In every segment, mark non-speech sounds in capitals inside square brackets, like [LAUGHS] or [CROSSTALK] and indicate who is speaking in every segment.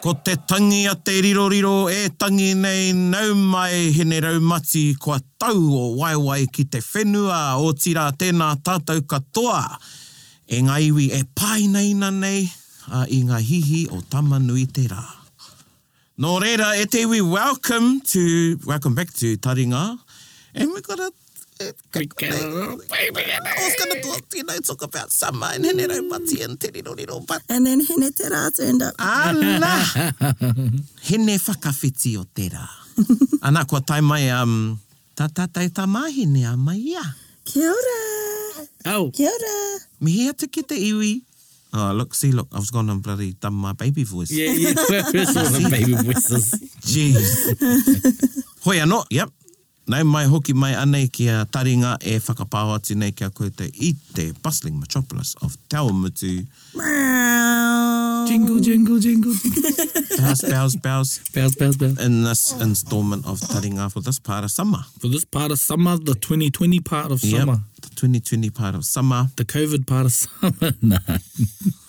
Speaker 1: Ko te tangi a te riroriro e tangi nei nau mai hene raumati kua tau o waiwai ki te whenua o tira tēnā tātou katoa. E ngā iwi e pai nei na nei a i ngā hihi o tamanui te rā. Nō reira, e te iwi, welcome to, welcome back to Taringa. E And we got a We I was gonna talk, you know, talk about summer and hene raumati and te riroriro, but
Speaker 2: And then Hene Te Rā turned up.
Speaker 1: Ala! Hene whakawhiti o te rā. [LAUGHS] Anā, kua tai mai, um, tā tātai tā māhine a mai ia.
Speaker 2: Kia ora.
Speaker 3: Au.
Speaker 2: Kia ora.
Speaker 1: Mihi atu ki te iwi. Oh, look, see, look, I was going on bloody dumb my baby voice.
Speaker 3: Yeah, yeah. [LAUGHS] First of all, the baby voices.
Speaker 1: Jeez. Hoi anō, yep. Nau mai hoki mai anei kia taringa e whakapāo atu nei kia koutou i te bustling metropolis of Tauamutu.
Speaker 2: Meow.
Speaker 3: Jingle, jingle, jingle.
Speaker 1: Bows, bows, bows
Speaker 3: bounce, bounce, bounce.
Speaker 1: in this installment of Taringa for this part of summer.
Speaker 3: For this part of summer, the 2020 part of summer,
Speaker 1: Yep, the 2020 part of summer.
Speaker 3: the COVID part of [LAUGHS] summer. nah.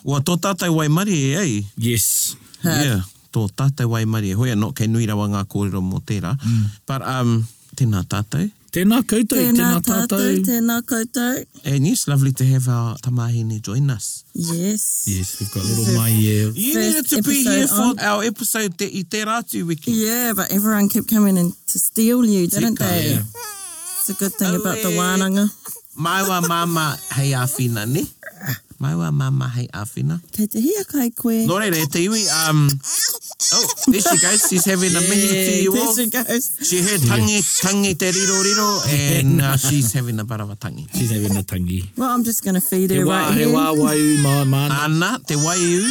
Speaker 1: Ua tō tātai waimari e ei.
Speaker 3: Yes.
Speaker 1: Yeah, tō tātai waimari e. Hoi anō, kei nui rawa ngā kōrero mō tērā.
Speaker 2: Mm.
Speaker 1: But, um, tēnā tātai.
Speaker 3: Tēnā koutou,
Speaker 2: Tēnā
Speaker 3: tēnā,
Speaker 2: tātou,
Speaker 3: tātou.
Speaker 2: tēnā koutou.
Speaker 1: And yes, lovely to have our tamahine join us.
Speaker 2: Yes.
Speaker 3: Yes, we've got little mai here.
Speaker 1: You
Speaker 2: First
Speaker 1: needed to be here for
Speaker 2: episode on.
Speaker 1: our episode te, i tērā tū wiki.
Speaker 2: Yeah, but everyone kept coming in to steal you, didn't
Speaker 1: Tika,
Speaker 2: they?
Speaker 1: yeah.
Speaker 2: It's a good thing about the
Speaker 1: Away.
Speaker 2: wānanga.
Speaker 1: Maiwa māma hei āwhina, ne? Maiwa māma hei āwhina.
Speaker 2: Kei te hia kai koe.
Speaker 1: Nō reira, e te iwi, um... Oh, there she goes. She's having a mihi tī
Speaker 2: There
Speaker 1: wō.
Speaker 2: she goes.
Speaker 1: She heard tangi,
Speaker 2: [LAUGHS]
Speaker 1: tangi te riro riro, and uh, she's having a barawa tangi.
Speaker 3: She's having a tangi.
Speaker 2: Well, I'm just going to feed
Speaker 3: He
Speaker 2: her
Speaker 3: wā,
Speaker 2: right
Speaker 3: he
Speaker 2: here.
Speaker 3: wā wau mā mana.
Speaker 1: Ana, te waiu.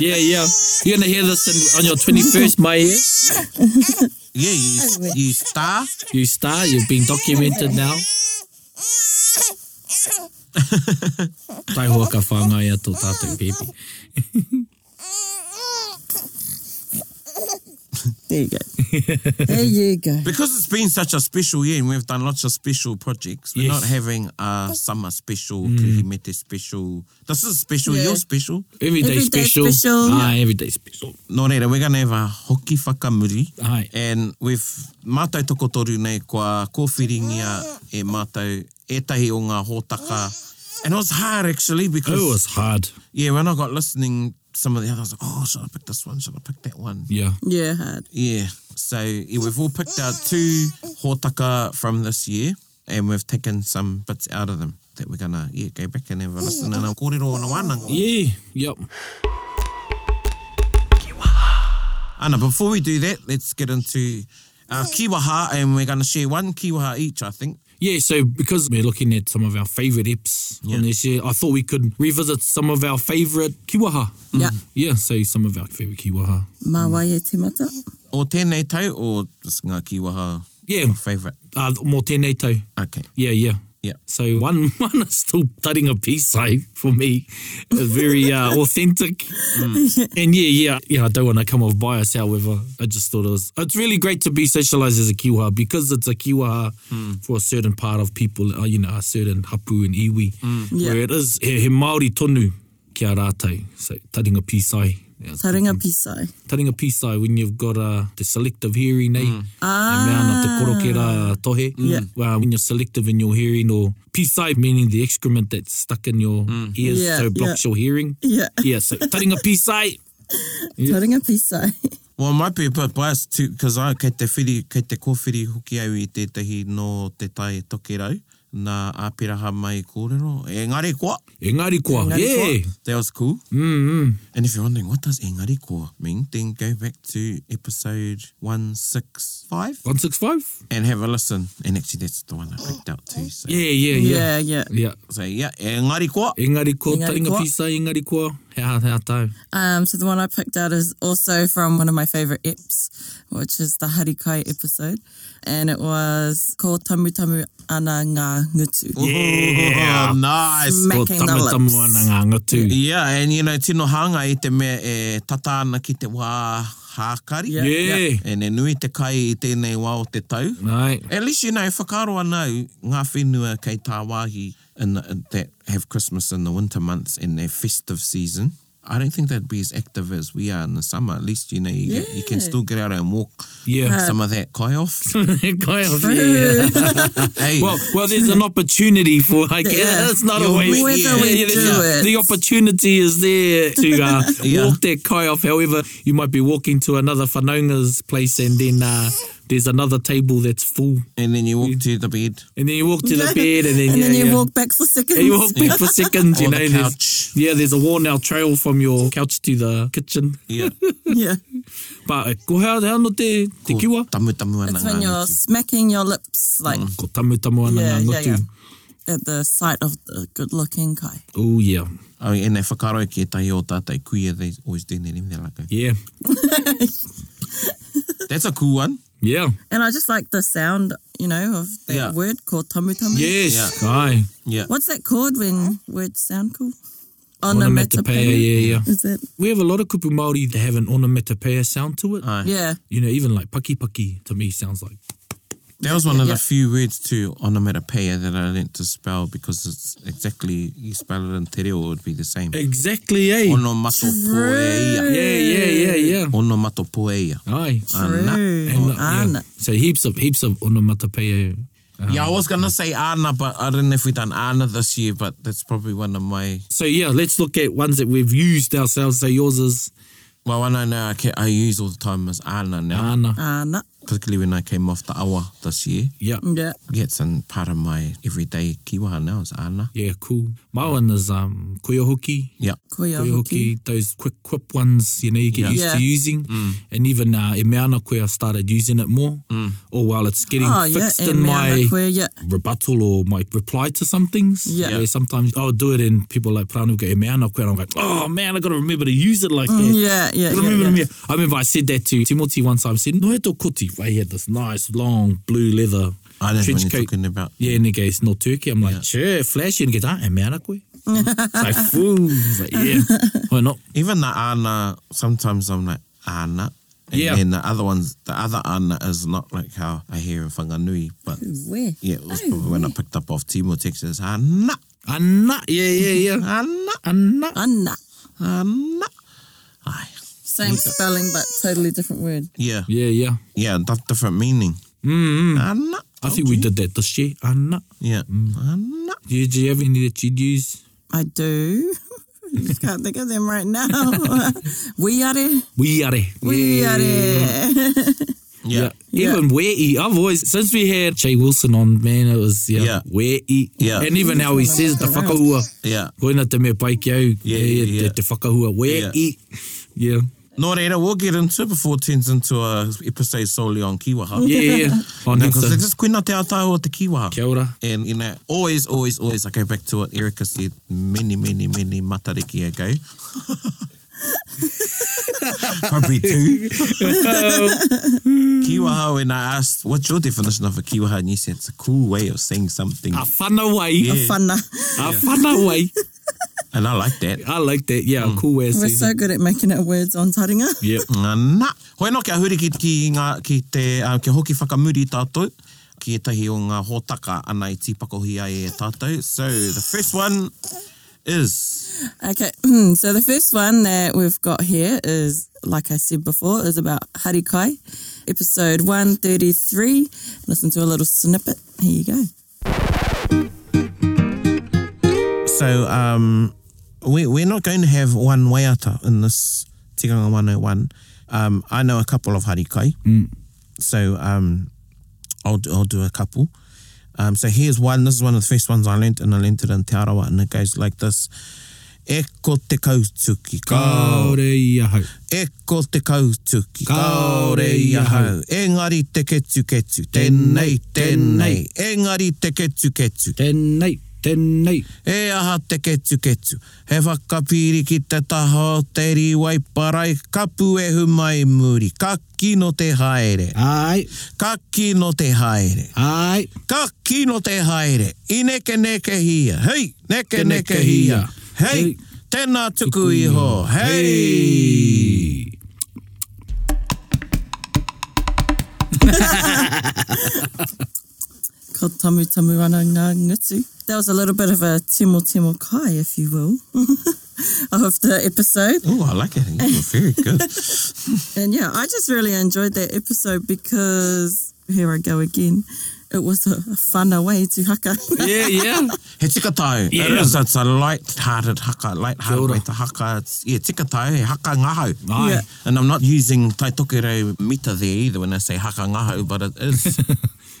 Speaker 3: Yeah, yeah. You're going to hear this in, on your 21st, mai eh?
Speaker 1: Yeah, you, you star.
Speaker 3: You star, you've been documented now. Tai hoa ka whāngai ato tātou pepe.
Speaker 2: There you go. there you go.
Speaker 1: Because it's been such a special year and we've done lots of special projects, we're
Speaker 3: Yes. Mm.
Speaker 1: not having a summer special, Kuhimete special. This is special,
Speaker 2: Yeah.
Speaker 1: your special.
Speaker 3: Everyday,
Speaker 2: Everyday
Speaker 3: special.
Speaker 2: special.
Speaker 3: Ah, everyday special.
Speaker 1: No reira, we're going to have a hoki whakamuri.
Speaker 3: Aye.
Speaker 1: And we've mātou tokotoru nei kua kōwhiringia e mātou etahi o ngā hōtaka. And it was hard actually because,
Speaker 3: Oh, it's hard.
Speaker 1: yeah, when I got listening, some of the others, oh, should I pick this one? Should I pick that one?
Speaker 3: Yeah.
Speaker 2: Yeah, hard.
Speaker 1: Yeah. So yeah, we've all picked out two hōtaka from this year and we've taken some bits out of them that we're going to yeah, go back and have a listen and a kōrero ana wānanga.
Speaker 3: Yeah. Yep.
Speaker 1: Ana, before we do that, let's get into our kiwaha and we're going to share one kiwaha each, I think.
Speaker 3: Yeah, so because we're looking at some of our favourite eps on this year, I thought we could revisit some of our favourite kiwaha.
Speaker 2: Yeah.
Speaker 3: Yeah, so some of our favourite kiwaha.
Speaker 2: Mā wai e tīmata.
Speaker 1: O tēnei tau o this ngā kiwaha
Speaker 3: Yeah,
Speaker 1: favourite?
Speaker 3: uh, mō tēnei tau.
Speaker 1: Okay.
Speaker 3: Yeah, yeah.
Speaker 1: Yeah.
Speaker 3: So [LAUGHS] one one is still studying a piece eh, for me, It's very uh, authentic, and yeah, yeah, yeah. I don't want to come off bias. However, I just thought it was it's really great to be socialized as a kiwaha because it's a kiwaha for a certain part of people. Uh, you know, a certain hapu and iwi,
Speaker 2: Yeah.
Speaker 3: where it is he, he Maori tonu kia rātou. So taringa pisai. Yeah,
Speaker 2: Taringa pisai.
Speaker 3: taringa pisai when you've got uh, the selective hearing, eh? And round
Speaker 2: Ah,
Speaker 3: up the korokera tohe.
Speaker 2: Yeah.
Speaker 3: Well, when you're selective in your hearing or pisai, meaning the excrement that's stuck in your ears,
Speaker 2: Mm. Yeah,
Speaker 3: so blocks your
Speaker 2: [LAUGHS]
Speaker 3: hearing.
Speaker 2: Yeah.
Speaker 3: Yeah, so taringa pisai.
Speaker 2: Taringa pisai.
Speaker 1: Well, it might be a bit biased too, because I kei te whiri, kei te kōwhiri hoki au i tētahi nō te tai toke rau, nā āpiraha mai kōrero. Engari kua!
Speaker 3: Engari koa. yeah.
Speaker 1: That was cool.
Speaker 3: Mm, mm.
Speaker 1: And if you're wondering what does engari kua mean, then go back to episode 165
Speaker 3: 165?
Speaker 1: and have a listen. And actually, that's the one I picked out too. So,
Speaker 3: Yeah, yeah, yeah.
Speaker 2: Yeah, yeah.
Speaker 3: Yeah.
Speaker 1: so yeah, engari kua.
Speaker 3: Engari koa,
Speaker 2: Engari
Speaker 3: taringa
Speaker 2: koa.
Speaker 3: pisai, engari koa. He aha, he aha tau.
Speaker 2: Um, so the one I picked out is also from one of my favourite eps, which is the Harikai episode, and it was called Tamu Tamu Ana Ngā Ngutu.
Speaker 1: Yeah. [LAUGHS] nice.
Speaker 3: Ko
Speaker 2: Smacking the
Speaker 3: tamu tamu ana
Speaker 2: lips.
Speaker 3: ngā ngatu.
Speaker 1: Yeah, and you know, tino hanga i te mea e tata ana ki te wā hākari.
Speaker 2: Yeah.
Speaker 3: Yeah.
Speaker 1: E ne nui te kai i tēnei wā o te tau.
Speaker 3: Right. [LAUGHS]
Speaker 1: At least you know, whakaroa nau, ngā whenua kei tā wāhi in the, in- that have Christmas in the winter months in their festive season. I don't think they'd be as active as we are in the summer. At least, you know, you, get, you can
Speaker 2: Yeah.
Speaker 1: still get out and walk
Speaker 3: Yeah.
Speaker 1: some of that kai
Speaker 3: [LAUGHS]
Speaker 1: off. [LAUGHS]
Speaker 3: Kai off, yeah. [LAUGHS]
Speaker 1: hey,
Speaker 3: Well, well, there's an opportunity for, I guess,
Speaker 2: Yeah.
Speaker 3: it's not a
Speaker 1: You'll
Speaker 3: waste.
Speaker 1: whether
Speaker 3: Yeah,
Speaker 2: we
Speaker 3: yeah,
Speaker 2: do
Speaker 3: yeah.
Speaker 2: it.
Speaker 3: The opportunity is there to
Speaker 2: [LAUGHS]
Speaker 3: uh,
Speaker 1: Yeah.
Speaker 3: walk that kai off. However, you might be walking to another whanaunga's place and then uh, there's another table that's full.
Speaker 1: and then you walk to the bed.
Speaker 3: And then you walk to the bed and then,
Speaker 2: [LAUGHS] and
Speaker 3: yeah,
Speaker 2: then you
Speaker 3: yeah.
Speaker 2: walk back for seconds.
Speaker 3: Yeah, you walk back
Speaker 2: [LAUGHS]
Speaker 3: for seconds, you
Speaker 1: Or
Speaker 3: know.
Speaker 1: the
Speaker 3: there's-
Speaker 1: couch.
Speaker 3: Yeah, there's a worn out trail from your couch to the kitchen.
Speaker 1: Yeah.
Speaker 2: [LAUGHS] yeah,
Speaker 3: But e, ko hea, hea no te, [LAUGHS] te
Speaker 1: Ko
Speaker 3: kiwa.
Speaker 1: Tamu tamu ana
Speaker 2: it's
Speaker 1: ngā
Speaker 2: when you're
Speaker 1: ngāti.
Speaker 2: smacking your lips like
Speaker 3: Ko tamu tamu ana
Speaker 2: yeah,
Speaker 3: ngā
Speaker 2: yeah,
Speaker 3: ngutu.
Speaker 2: yeah, at the sight of the good-looking kai.
Speaker 3: Oh, yeah.
Speaker 1: Oh, and they whakaroe ki e tahi o tātai kuia, they always do that. and They're like,
Speaker 3: Yeah.
Speaker 1: that's a cool one.
Speaker 3: Yeah.
Speaker 2: And I just like the sound, you know, of that
Speaker 1: Yeah.
Speaker 2: word called tamu tamu.
Speaker 3: Yes. Aye.
Speaker 1: Yeah.
Speaker 2: What's that called when words sound cool?
Speaker 3: Onomatopoeia, yeah, yeah.
Speaker 2: Is it?
Speaker 3: We have a lot of kupu Māori that have an onomatopoeia sound to it.
Speaker 1: Aye.
Speaker 2: Yeah.
Speaker 3: You know, even like paki paki to me sounds like.
Speaker 1: That was one of
Speaker 2: Yeah.
Speaker 1: the few words to onomatopoeia that I learnt to spell because it's exactly, you spell it in te reo, it would be the same.
Speaker 3: Exactly, eh?
Speaker 1: Onomatopoeia.
Speaker 3: yeah, yeah, yeah, yeah.
Speaker 1: Onomatopoeia.
Speaker 3: Aye.
Speaker 2: True.
Speaker 3: And, uh, yeah.
Speaker 2: Ana.
Speaker 3: So heaps of, heaps of onomatopoeia.
Speaker 1: yeah, I was going to say ana, but I don't know if we've done ana this year, but that's probably one of my.
Speaker 3: So yeah, let's look at ones that we've used ourselves. So yours is
Speaker 1: Well, one I know I, ca I use all the time is ana now,
Speaker 3: Ana.
Speaker 2: Ah, no.
Speaker 1: particularly when I came off the awa this year.
Speaker 3: Yeah.
Speaker 2: Yeah.
Speaker 1: Yeah, it's in part of my everyday kiwaha now is ana.
Speaker 3: Yeah, cool. My one is um koyohoki.
Speaker 1: Yeah.
Speaker 2: Koia hoki.
Speaker 3: Koyohoki, those quick quip ones, you know, you get
Speaker 1: Yeah.
Speaker 3: used to
Speaker 2: Yeah.
Speaker 3: using. And even uh, e meana koe, I started using it more. Or while it's getting
Speaker 2: Oh, yeah.
Speaker 3: fixed in
Speaker 2: And
Speaker 3: my
Speaker 2: my... koe, yeah.
Speaker 3: rebuttal or my reply to some things.
Speaker 2: Yeah.
Speaker 3: Where sometimes I'll do it and people like Pranu go, e meana koe, and I'm like, oh man, I got to remember to use it like that.
Speaker 2: Mm, Yeah, yeah, yeah.
Speaker 3: remember
Speaker 2: yeah.
Speaker 3: me. I remember I said that to Timothy one time. I said, No, to Kuti. Right, he had this nice long blue leather
Speaker 1: I don't know what
Speaker 3: trench
Speaker 1: you're
Speaker 3: coat.
Speaker 1: talking about.
Speaker 3: Yeah, and he goes, No turkey. I'm like, Sure, flashy. And he goes, Ah, and mana
Speaker 2: [LAUGHS]
Speaker 3: koe. It's like, fool. He's like, Yeah, why not?
Speaker 1: Even the ana, sometimes I'm like, ana. And
Speaker 3: Yeah.
Speaker 1: then the other ones, the other ana is not like how I hear in Whanganui, but
Speaker 2: Where?
Speaker 1: yeah, it was probably when I picked up off Timo, Texas. Ana,
Speaker 3: Anna. Yeah, yeah, yeah.
Speaker 1: ana,
Speaker 3: Anna.
Speaker 2: Anna.
Speaker 1: ana. Aye.
Speaker 2: Same spelling, but totally different word.
Speaker 1: Yeah,
Speaker 3: Yeah, yeah.
Speaker 1: yeah, that's different meaning. Mm-hmm. Ana.
Speaker 3: I think Mm. we did that this year. Anna.
Speaker 1: Yeah. Ana.
Speaker 3: Do you, do you have any that you'd use?
Speaker 2: I do. [LAUGHS] Just can't think of them right now. [LAUGHS] we are it.
Speaker 3: We are.
Speaker 2: We are it.
Speaker 1: Yeah.
Speaker 3: Yeah. Even Wei, I've always since we had Jay Wilson on, man, it was yeah,
Speaker 1: Yeah.
Speaker 3: Wei.
Speaker 1: Yeah.
Speaker 3: And even how he says the whakaua.
Speaker 1: Yeah.
Speaker 3: Koina te mea pai ki au. Yeah, yeah,
Speaker 1: yeah, yeah.
Speaker 3: Te, te whakahua. Wei.
Speaker 1: Yeah.
Speaker 3: Yeah. Yeah.
Speaker 1: No reira, we'll get into it before it turns into a episode solely on Kiwaha.
Speaker 3: Yeah, yeah. Oh, no,
Speaker 1: Because
Speaker 3: so,
Speaker 1: it's just kuina te atao o te Kiwaha.
Speaker 3: kia ora.
Speaker 1: And you know, always, always, always, I go back to what Erica said many, many, many matariki ago. Probably two. kiwaha, when I asked, what's your definition of a kiwaha? And you said, it's a cool way of saying something.
Speaker 3: A whanawai.
Speaker 1: Yeah.
Speaker 2: Funna.
Speaker 3: A whanawai.
Speaker 1: And I like that.
Speaker 3: I like that. Yeah,
Speaker 1: Mm.
Speaker 3: cool way of
Speaker 2: We're
Speaker 3: saying
Speaker 2: so good at making up words on taringa.
Speaker 3: Yeah.
Speaker 1: Ngana. Hoi nō kia huri ki, ki, ngā, ki te, uh, kia hoki whakamuri tātou ki etahi o ngā hōtaka ana i tīpakohi ai e tātou. So, the first one is...
Speaker 2: Okay, hmm, so the first one that we've got here is, like I said before, is about Harikai, episode 133. Listen to a little snippet. Here you go.
Speaker 1: So, um, we, we're not going to have one waiata in this Tikanga 101. Um, I know a couple of harikai. So, um, I'll, do- I'll do a couple. Um, so, here's one. This is one of the first ones I learnt, and I learnt it in Te Arawa, and it goes like this. E ko te kautuki
Speaker 3: Kaore i ahau.
Speaker 1: E ko te kautuki,
Speaker 3: Kaore
Speaker 1: kaore
Speaker 3: i
Speaker 1: i
Speaker 3: a hau.
Speaker 1: ahau. Engari te ketu ketu, tēnei, tēnei. Engari te ketu ketu,
Speaker 3: Tēnei. Tēnei.
Speaker 1: E aha te ketu ketu. He whakapiri ki te taha o te riwai parai kapu e humai muri. Ka kino te haere.
Speaker 3: Ai,
Speaker 1: Ka kino te haere.
Speaker 3: ai.
Speaker 1: Ka kino te haere. I neke neke hia. Hei, neke neke,
Speaker 3: neke
Speaker 1: hia.
Speaker 3: hia.
Speaker 1: Hei,
Speaker 3: Hei.
Speaker 1: tēnā tuku iho. Hei.
Speaker 3: Hei.
Speaker 2: Ko tamu tamu ana ngā ngutu. That was a little bit of a timo timo kai, if you will, [LAUGHS] of the episode.
Speaker 1: Oh, I like it. You're very good.
Speaker 2: And yeah, I just really enjoyed that episode because here I go again. It was a, a whana way to haka. [LAUGHS]
Speaker 1: [LAUGHS]
Speaker 3: Yeah, yeah. [LAUGHS]
Speaker 1: He tika tau. Yeah. It
Speaker 3: Yeah.
Speaker 1: is, it's a light-hearted haka,
Speaker 3: Kia
Speaker 1: light-hearted
Speaker 3: ora.
Speaker 1: way to haka. It's, yeah, tika tau, he haka ngahau.
Speaker 3: Ai.
Speaker 2: Yeah.
Speaker 1: And I'm not using taitokere mita there either when I say haka ngahau, but it
Speaker 3: [LAUGHS]
Speaker 1: is,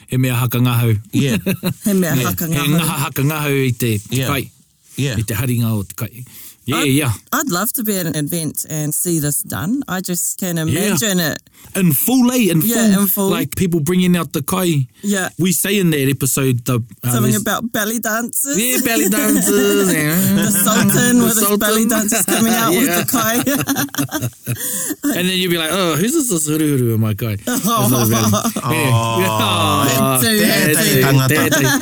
Speaker 3: He E mea haka ngahau.
Speaker 1: yeah,
Speaker 2: He mea haka
Speaker 3: He
Speaker 2: ngā
Speaker 3: ngaha haka ngahau i te
Speaker 1: Yeah.
Speaker 3: kai.
Speaker 1: yeah.
Speaker 3: I te haringa o te kai. Yeah,
Speaker 2: Ai.
Speaker 3: yeah.
Speaker 2: I'd love to be at an event and see this done. I just can imagine it.
Speaker 3: in full, eh? In full.
Speaker 2: Yeah, in full.
Speaker 3: Like people bringing out the kai.
Speaker 2: Yeah.
Speaker 3: We say in that episode the uh,
Speaker 2: Something
Speaker 3: there's-
Speaker 2: about belly dances.
Speaker 3: yeah belly dances.
Speaker 2: The [LAUGHS]
Speaker 3: and,
Speaker 2: Sultan
Speaker 3: [LAUGHS] The
Speaker 2: with his
Speaker 3: Sultan.
Speaker 2: belly dances coming
Speaker 3: [LAUGHS]
Speaker 2: out
Speaker 3: Yeah.
Speaker 2: with the kai.
Speaker 3: and then you'd be like, oh, who's this, this huru huru in my kai?
Speaker 2: Oh,
Speaker 1: tētai tangata.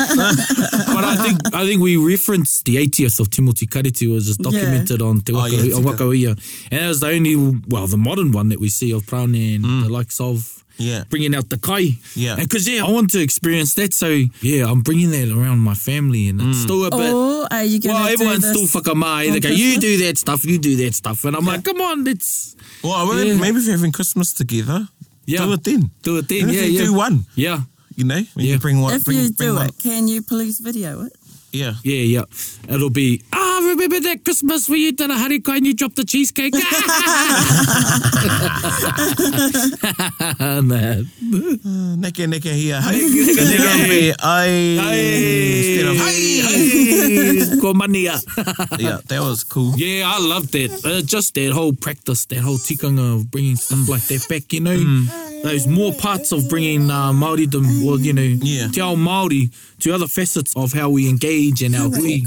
Speaker 3: But I think I think we referenced the 80th of Timothy Kariti was just documented on Te
Speaker 1: Oh,
Speaker 3: Waka,
Speaker 1: yeah,
Speaker 3: on
Speaker 1: tika.
Speaker 3: Wakauia. And it was the only, well, the modern one that we see of Praone and
Speaker 1: Mm.
Speaker 3: the likes of
Speaker 1: Yeah.
Speaker 3: bringing out the kai.
Speaker 1: Yeah.
Speaker 3: Because, yeah, I want to experience that. So, yeah, I'm bringing that around my family and
Speaker 1: Mm.
Speaker 3: it's still a bit.
Speaker 2: or are you going to
Speaker 3: Well,
Speaker 2: Oh, do
Speaker 3: everyone's
Speaker 2: this?
Speaker 3: still fucking mad. They
Speaker 2: on
Speaker 3: go, you
Speaker 2: Christmas?"
Speaker 3: do that stuff, you do that stuff. And I'm like, come on, let's
Speaker 1: Well, I really-
Speaker 3: Yeah.
Speaker 1: maybe if you're having Christmas together,
Speaker 3: Yeah.
Speaker 1: do it then.
Speaker 3: do it then.
Speaker 1: And if
Speaker 3: Yeah,
Speaker 1: you
Speaker 3: yeah.
Speaker 1: do one,
Speaker 3: Yeah.
Speaker 1: you know, when
Speaker 3: Yeah.
Speaker 1: you bring one,
Speaker 2: if
Speaker 1: bring,
Speaker 2: you
Speaker 1: bring
Speaker 2: do
Speaker 1: one.
Speaker 2: it, can you police video it?
Speaker 1: Yeah.
Speaker 3: Yeah, yeah. It'll be, ah, remember that Christmas where you did a hurricane and you dropped
Speaker 1: [LAUGHS]
Speaker 3: the cheesecake? [LAUGHS] Man.
Speaker 1: Uh, neke neke hia. Hey. It'll be, "Ai," instead of, "Hey."
Speaker 3: Ko mania.
Speaker 1: Yeah, that was cool.
Speaker 3: Yeah, I love that.
Speaker 1: Mm.
Speaker 3: Uh, just that whole practice, that whole tikanga of bringing stuff like that back, you know.
Speaker 1: Mm.
Speaker 3: Those more parts of bringing uh, Māoridom, or, you know,
Speaker 1: Yeah.
Speaker 3: te ao Māori to other facets of how we engage and
Speaker 1: Oh,
Speaker 3: our hui.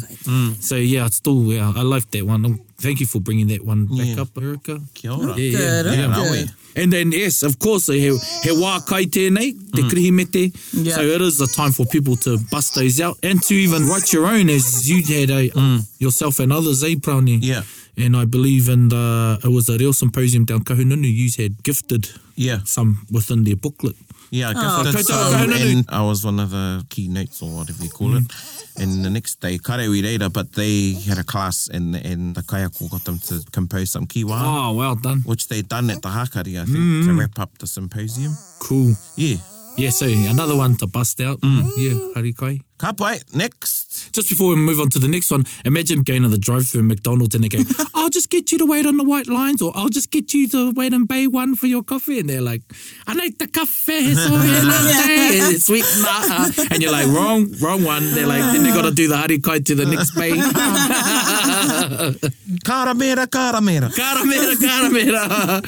Speaker 3: So, yeah, it's still, yeah, I love that one. Um, Thank you for bringing that one back
Speaker 1: Yeah.
Speaker 3: up, Erica.
Speaker 1: Kia ora.
Speaker 3: Yeah, yeah,
Speaker 2: Good,
Speaker 3: yeah.
Speaker 2: good.
Speaker 1: aren't we?
Speaker 3: And then, yes, of course, he, he wā kai tēnei, te
Speaker 1: Mm.
Speaker 3: krihi me te.
Speaker 2: Yeah.
Speaker 3: So it is a time for people to bust those out and to even write your own as you had a, yourself and others, eh, Praone?
Speaker 1: Mm. Yeah.
Speaker 3: And I believe in the, it was a real symposium down Kahununu, you had gifted
Speaker 1: Yeah.
Speaker 3: some within their booklet.
Speaker 1: Yeah, I
Speaker 2: Oh,
Speaker 1: gifted
Speaker 3: Ah, Koutou
Speaker 1: some,
Speaker 3: kahananu.
Speaker 1: and I was one of the keynotes or whatever you call
Speaker 3: Mm.
Speaker 1: it. And the next day, karewi reira, but they had a class and, and the kayako got them to compose some kiwaha,
Speaker 3: Oh, Mm-hmm. well done.
Speaker 1: which they done at the Hakari, I think, to wrap up the symposium.
Speaker 3: Cool.
Speaker 1: Yeah.
Speaker 3: Yeah, so another one to bust out. Yeah, harikai.
Speaker 1: Ka pai, next.
Speaker 3: Just before we move on to the next one, imagine going to the drive through McDonald's and they [LAUGHS] go, I'll just get you to wait on the white lines or I'll just get you to wait and bay one for your coffee. And they're like, I like the cafe, so [LAUGHS] latte, and sweet maha. And you're like, wrong, wrong one. They're like, then they got to do the harikai to the next [LAUGHS] bay.
Speaker 1: Karamera,
Speaker 3: [LAUGHS]
Speaker 1: karamera.
Speaker 3: karamera, karamera.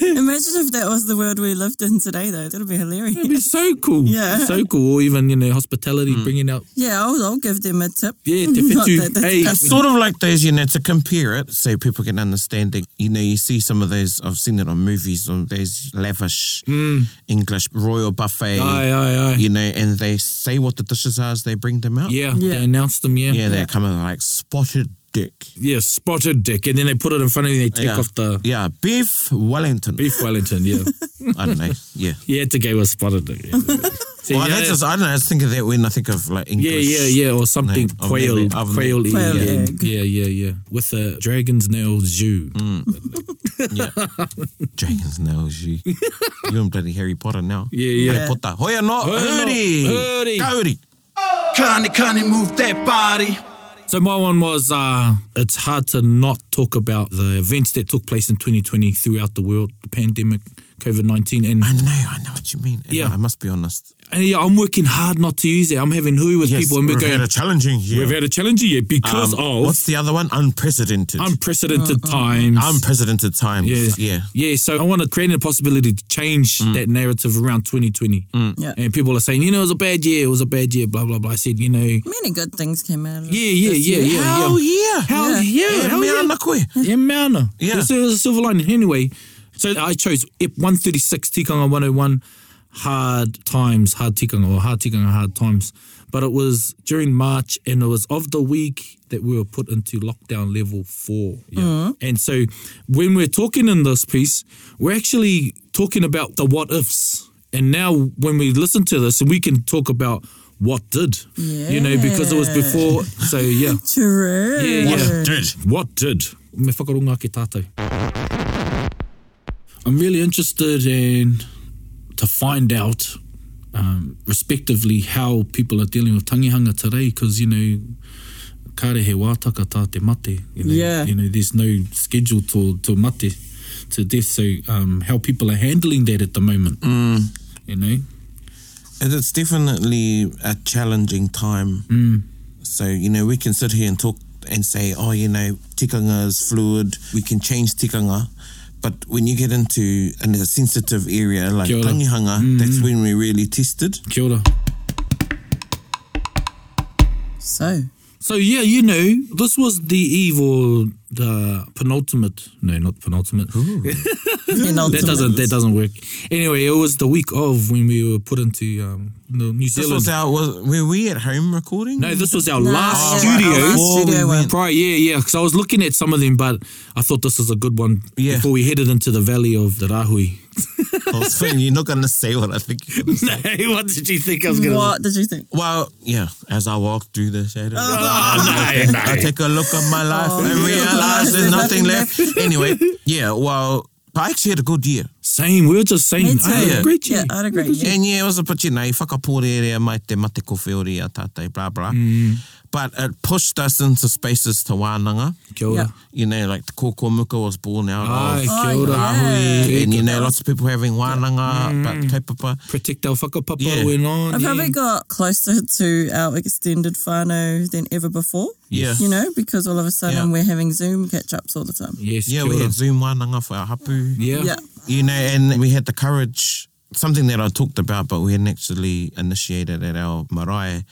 Speaker 2: Imagine if that was the world we lived in today, though. That'd be hilarious.
Speaker 3: It'd be so cool.
Speaker 2: Yeah.
Speaker 3: So cool. Or even, you know, hospitality,
Speaker 1: Hmm.
Speaker 3: bringing out,
Speaker 2: Yeah, I'll, I'll give them a tip. [LAUGHS]
Speaker 3: yeah, te
Speaker 2: Not that
Speaker 3: whetu.
Speaker 2: that's
Speaker 3: Hey,
Speaker 1: It's sort of like those, you know, to compare it so people can understand it. You know, you see some of those, I've seen it on movies, on those lavish
Speaker 3: Mm.
Speaker 1: English royal buffet,
Speaker 3: Aye, aye, aye.
Speaker 1: you know, and they say what the dishes are as they bring them out.
Speaker 3: yeah,
Speaker 2: Yeah.
Speaker 3: they announced them,
Speaker 1: Yeah, they're coming like spotted dick.
Speaker 3: Yeah, spotted dick, and then they put it in front of you. and They take
Speaker 1: yeah.
Speaker 3: off the
Speaker 1: Yeah, beef Wellington.
Speaker 3: beef Wellington.
Speaker 2: [LAUGHS]
Speaker 3: Yeah,
Speaker 1: I don't know.
Speaker 3: [LAUGHS]
Speaker 1: Yeah.
Speaker 3: yeah, to go with spotted dick. Yeah, See,
Speaker 1: Well,
Speaker 3: yeah,
Speaker 1: that's just, I don't know. I just think of that when I think of like
Speaker 3: yeah,
Speaker 1: English.
Speaker 3: yeah, yeah, or something
Speaker 1: Name of
Speaker 3: quail,
Speaker 1: every oven.
Speaker 3: quail, egg.
Speaker 2: Quail
Speaker 3: yeah.
Speaker 2: egg.
Speaker 3: yeah, yeah, yeah, with a dragon's nail zoo.
Speaker 1: Hmm. Dragons knows you.
Speaker 3: [LAUGHS]
Speaker 1: You're in bloody Harry Potter now.
Speaker 3: Yeah, yeah.
Speaker 1: Harry Potter. Hoia no,
Speaker 3: Hoia no,
Speaker 1: huri.
Speaker 3: huri.
Speaker 1: Kauri.
Speaker 4: Kani kani move that body.
Speaker 3: So my one was uh, it's hard to not talk about the events that took place in 2020 throughout the world, the pandemic, COVID 19, and
Speaker 1: I know, I know what you mean. And
Speaker 3: Yeah.
Speaker 1: I must be honest.
Speaker 3: And yeah, I'm working hard not to use it. I'm having hui with
Speaker 1: Yes,
Speaker 3: people and we're
Speaker 1: we've
Speaker 3: going,
Speaker 1: had a challenging year.
Speaker 3: we've had a challenge here because
Speaker 1: Um,
Speaker 3: of
Speaker 1: What's the other one? Unprecedented.
Speaker 3: unprecedented times.
Speaker 1: Unprecedented times.
Speaker 3: Um, Yeah.
Speaker 1: Yeah. Mm.
Speaker 3: Yeah. So I want to create a possibility to change that narrative around 2020.
Speaker 2: Yeah.
Speaker 3: And people are saying, you know, it was a bad year. It was a bad year. Blah, blah, blah. I said, you know, yeah,
Speaker 2: Many good things came out of it.
Speaker 3: yeah,
Speaker 2: this
Speaker 3: yeah,
Speaker 2: year.
Speaker 3: yeah.
Speaker 1: Hell
Speaker 3: Oh, yeah.
Speaker 1: yeah.
Speaker 3: Hell yeah.
Speaker 1: Yeah,
Speaker 3: Hell
Speaker 1: mea
Speaker 3: yeah.
Speaker 1: ana koe.
Speaker 3: [LAUGHS] Yeah, maana.
Speaker 1: Yeah.
Speaker 3: There's, there's a silver lining. Anyway, so I chose EP 136, Tikanga 101, Hard Times, Hard Tikanga, or Hard Tikanga, Hard Times. But it was during March and it was of the week that we were put into lockdown level four. Yeah. And so when we're talking in this piece, we're actually talking about the what ifs. And now when we listen to this, and we can talk about what did, you know, because it was
Speaker 2: Yeah.
Speaker 3: before. So, yeah.
Speaker 2: True.
Speaker 3: Yeah,
Speaker 1: What
Speaker 3: yeah.
Speaker 1: did?
Speaker 3: What did? Me whakaronga ki tātou. I'm really interested in to find out um, respectively how people are dealing with tangihanga today because, you know, kāre he wātaka tā te mate. You know,
Speaker 2: Yeah.
Speaker 3: you know there's no schedule to, to mate, to death. So um, how people are handling that at the moment, mm. you know?
Speaker 1: And it's definitely a challenging time.
Speaker 3: Mm.
Speaker 1: So, you know, we can sit here and talk and say, oh, you know, tikanga is fluid, we can change tikanga. But when you get into an, a sensitive area like
Speaker 3: Kia ora. Mm.
Speaker 1: tangihanga, that's when we're really tested.
Speaker 3: Kia ora.
Speaker 2: So,
Speaker 3: So yeah, you know, this was the eve or the penultimate. No, not penultimate.
Speaker 1: [LAUGHS]
Speaker 2: you
Speaker 3: [LAUGHS]
Speaker 2: know,
Speaker 3: That doesn't that doesn't work. Anyway, it was the week of when we were put into um, the New
Speaker 1: This
Speaker 3: Zealand.
Speaker 1: was our, was, were we at home recording? [LAUGHS]
Speaker 3: no, this was our
Speaker 2: No,
Speaker 3: last
Speaker 2: yeah,
Speaker 3: studio.
Speaker 2: our Oh, last
Speaker 1: Before
Speaker 2: studio
Speaker 1: we
Speaker 2: one.
Speaker 1: went-
Speaker 3: Prior, yeah, yeah. Because I was looking at some of them, but I thought this was a good one
Speaker 1: Yeah.
Speaker 3: before we headed into the valley of the Rahui.
Speaker 1: I was saying, you're not going to say what I think. you're gonna say.
Speaker 3: [LAUGHS] no, what did you think I was going to?
Speaker 2: What did you think?
Speaker 1: Well, yeah, as I walk through the shadows.
Speaker 3: Oh, [LAUGHS] no,
Speaker 1: I
Speaker 3: no.
Speaker 1: take a look at my life
Speaker 2: Oh,
Speaker 1: and
Speaker 2: yeah.
Speaker 1: realize there's nothing
Speaker 3: [LAUGHS]
Speaker 1: left. anyway, yeah, well, I actually had a good year.
Speaker 3: Same. We were just saying. I had a great
Speaker 2: Yeah, uh,
Speaker 3: year.
Speaker 2: I had a great year.
Speaker 1: And yeah, it was a put, you know, whakapōrearea mai te mate kowhiori a tātai, blah, blah.
Speaker 3: Mm.
Speaker 1: But it pushed us into spaces to wānanga.
Speaker 3: Kia ora.
Speaker 2: Yeah.
Speaker 1: You know, like the kōkō muka was born out
Speaker 3: Ai,
Speaker 1: of
Speaker 3: kia ora.
Speaker 2: yeah.
Speaker 3: Kia
Speaker 1: And, you know,
Speaker 3: ora.
Speaker 1: lots of people having wānanga,
Speaker 3: Mm.
Speaker 1: but taupapa.
Speaker 3: protect our whakapapa
Speaker 1: Yeah.
Speaker 3: went on.
Speaker 2: I
Speaker 3: yeah.
Speaker 2: probably got closer to our extended whānau than ever before.
Speaker 1: Yeah.
Speaker 2: You know, because all of a sudden
Speaker 1: Yeah.
Speaker 2: we're having Zoom catch ups all the time.
Speaker 3: Yes,
Speaker 1: Yeah,
Speaker 3: kia
Speaker 1: we
Speaker 3: ora.
Speaker 1: had Zoom wānanga for our hapu.
Speaker 3: Yeah.
Speaker 2: Yeah.
Speaker 1: You know, and we had the courage, something that I talked about, but we hadn't actually initiated at our marae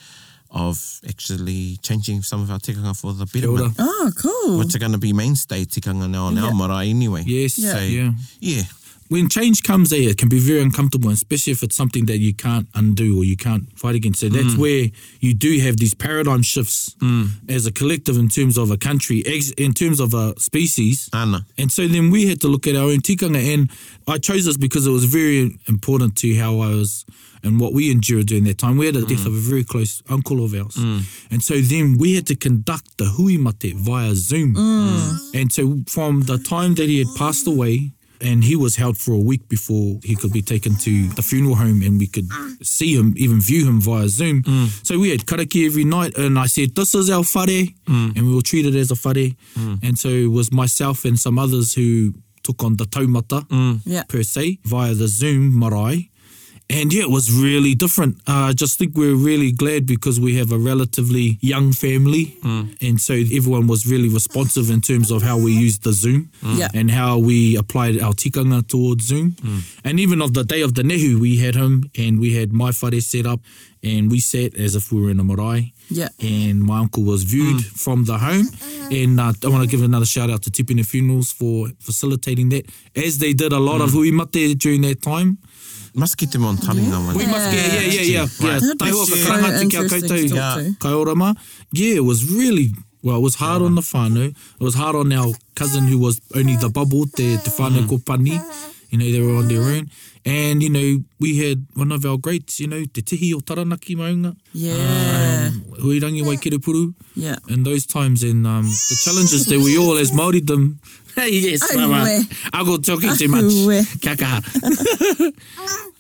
Speaker 1: of actually changing some of our tikanga for the
Speaker 3: Kia ora.
Speaker 1: betterment,
Speaker 2: Oh, cool.
Speaker 1: which are going to be mainstay tikanga now on our marae anyway.
Speaker 3: Yes.
Speaker 2: Yeah.
Speaker 1: So,
Speaker 3: yeah.
Speaker 1: yeah.
Speaker 3: When change comes there, it can be very uncomfortable, especially if it's something that you can't undo or you can't fight against. So that's where you do have these paradigm shifts as a collective in terms of a country, ex- in terms of a species.
Speaker 1: Ana.
Speaker 3: And so then we had to look at our own tikanga. And I chose this because it was very important to how I was and what we endured during that time. We had a death of a very close uncle of ours. And so then we had to conduct the hui mate via Zoom. And so from the time that he had passed away, and he was held for a week before he could be taken to the funeral home and we could see him, even view him via Zoom. So we had karaki every night and I said, this is our whare and we were treated as a whare. And so it was myself and some others who took on the taumata
Speaker 2: Yeah.
Speaker 3: per se via the Zoom marae. And yeah, it was really different. Uh, I just think we're really glad because we have a relatively young family. And so everyone was really responsive in terms of how we used the Zoom
Speaker 2: Yeah.
Speaker 3: and how we applied our tikanga towards Zoom. And even of the day of the Nehu, we had him and we had my whare set up and we sat as if we were in a marae
Speaker 2: Yeah.
Speaker 3: and my uncle was viewed from the home.
Speaker 2: Uh-huh.
Speaker 3: And uh, I want to give another shout out to Tipina Funerals for facilitating that, as they did a lot of hui mate during that time.
Speaker 1: Mas ki te mon taringa yeah.
Speaker 3: We must get, yeah, yeah, yeah. yeah.
Speaker 1: Right.
Speaker 3: yeah.
Speaker 2: That'd be
Speaker 3: Tai hoa ka
Speaker 2: so
Speaker 3: karahati kia
Speaker 2: interesting to
Speaker 3: koutou
Speaker 2: talk to.
Speaker 3: kai ora mā. Yeah, it was really, well, it was hard on the whānau. It was hard on our cousin who was only the bubble, the te whānau kopani. You know, they were on their own. And, you know, we had one of our greats, you know, te tihi o Taranaki Maunga,
Speaker 2: Yeah.
Speaker 1: Um,
Speaker 3: Huirangi Waikirepuru.
Speaker 2: yeah.
Speaker 3: in those times and um, the challenges that we all as Māori them [LAUGHS] yes,
Speaker 2: Au
Speaker 3: mama.
Speaker 2: we.
Speaker 3: I got talking too
Speaker 2: Au
Speaker 3: much.
Speaker 2: we.
Speaker 3: Kia
Speaker 2: [LAUGHS]
Speaker 3: kaha.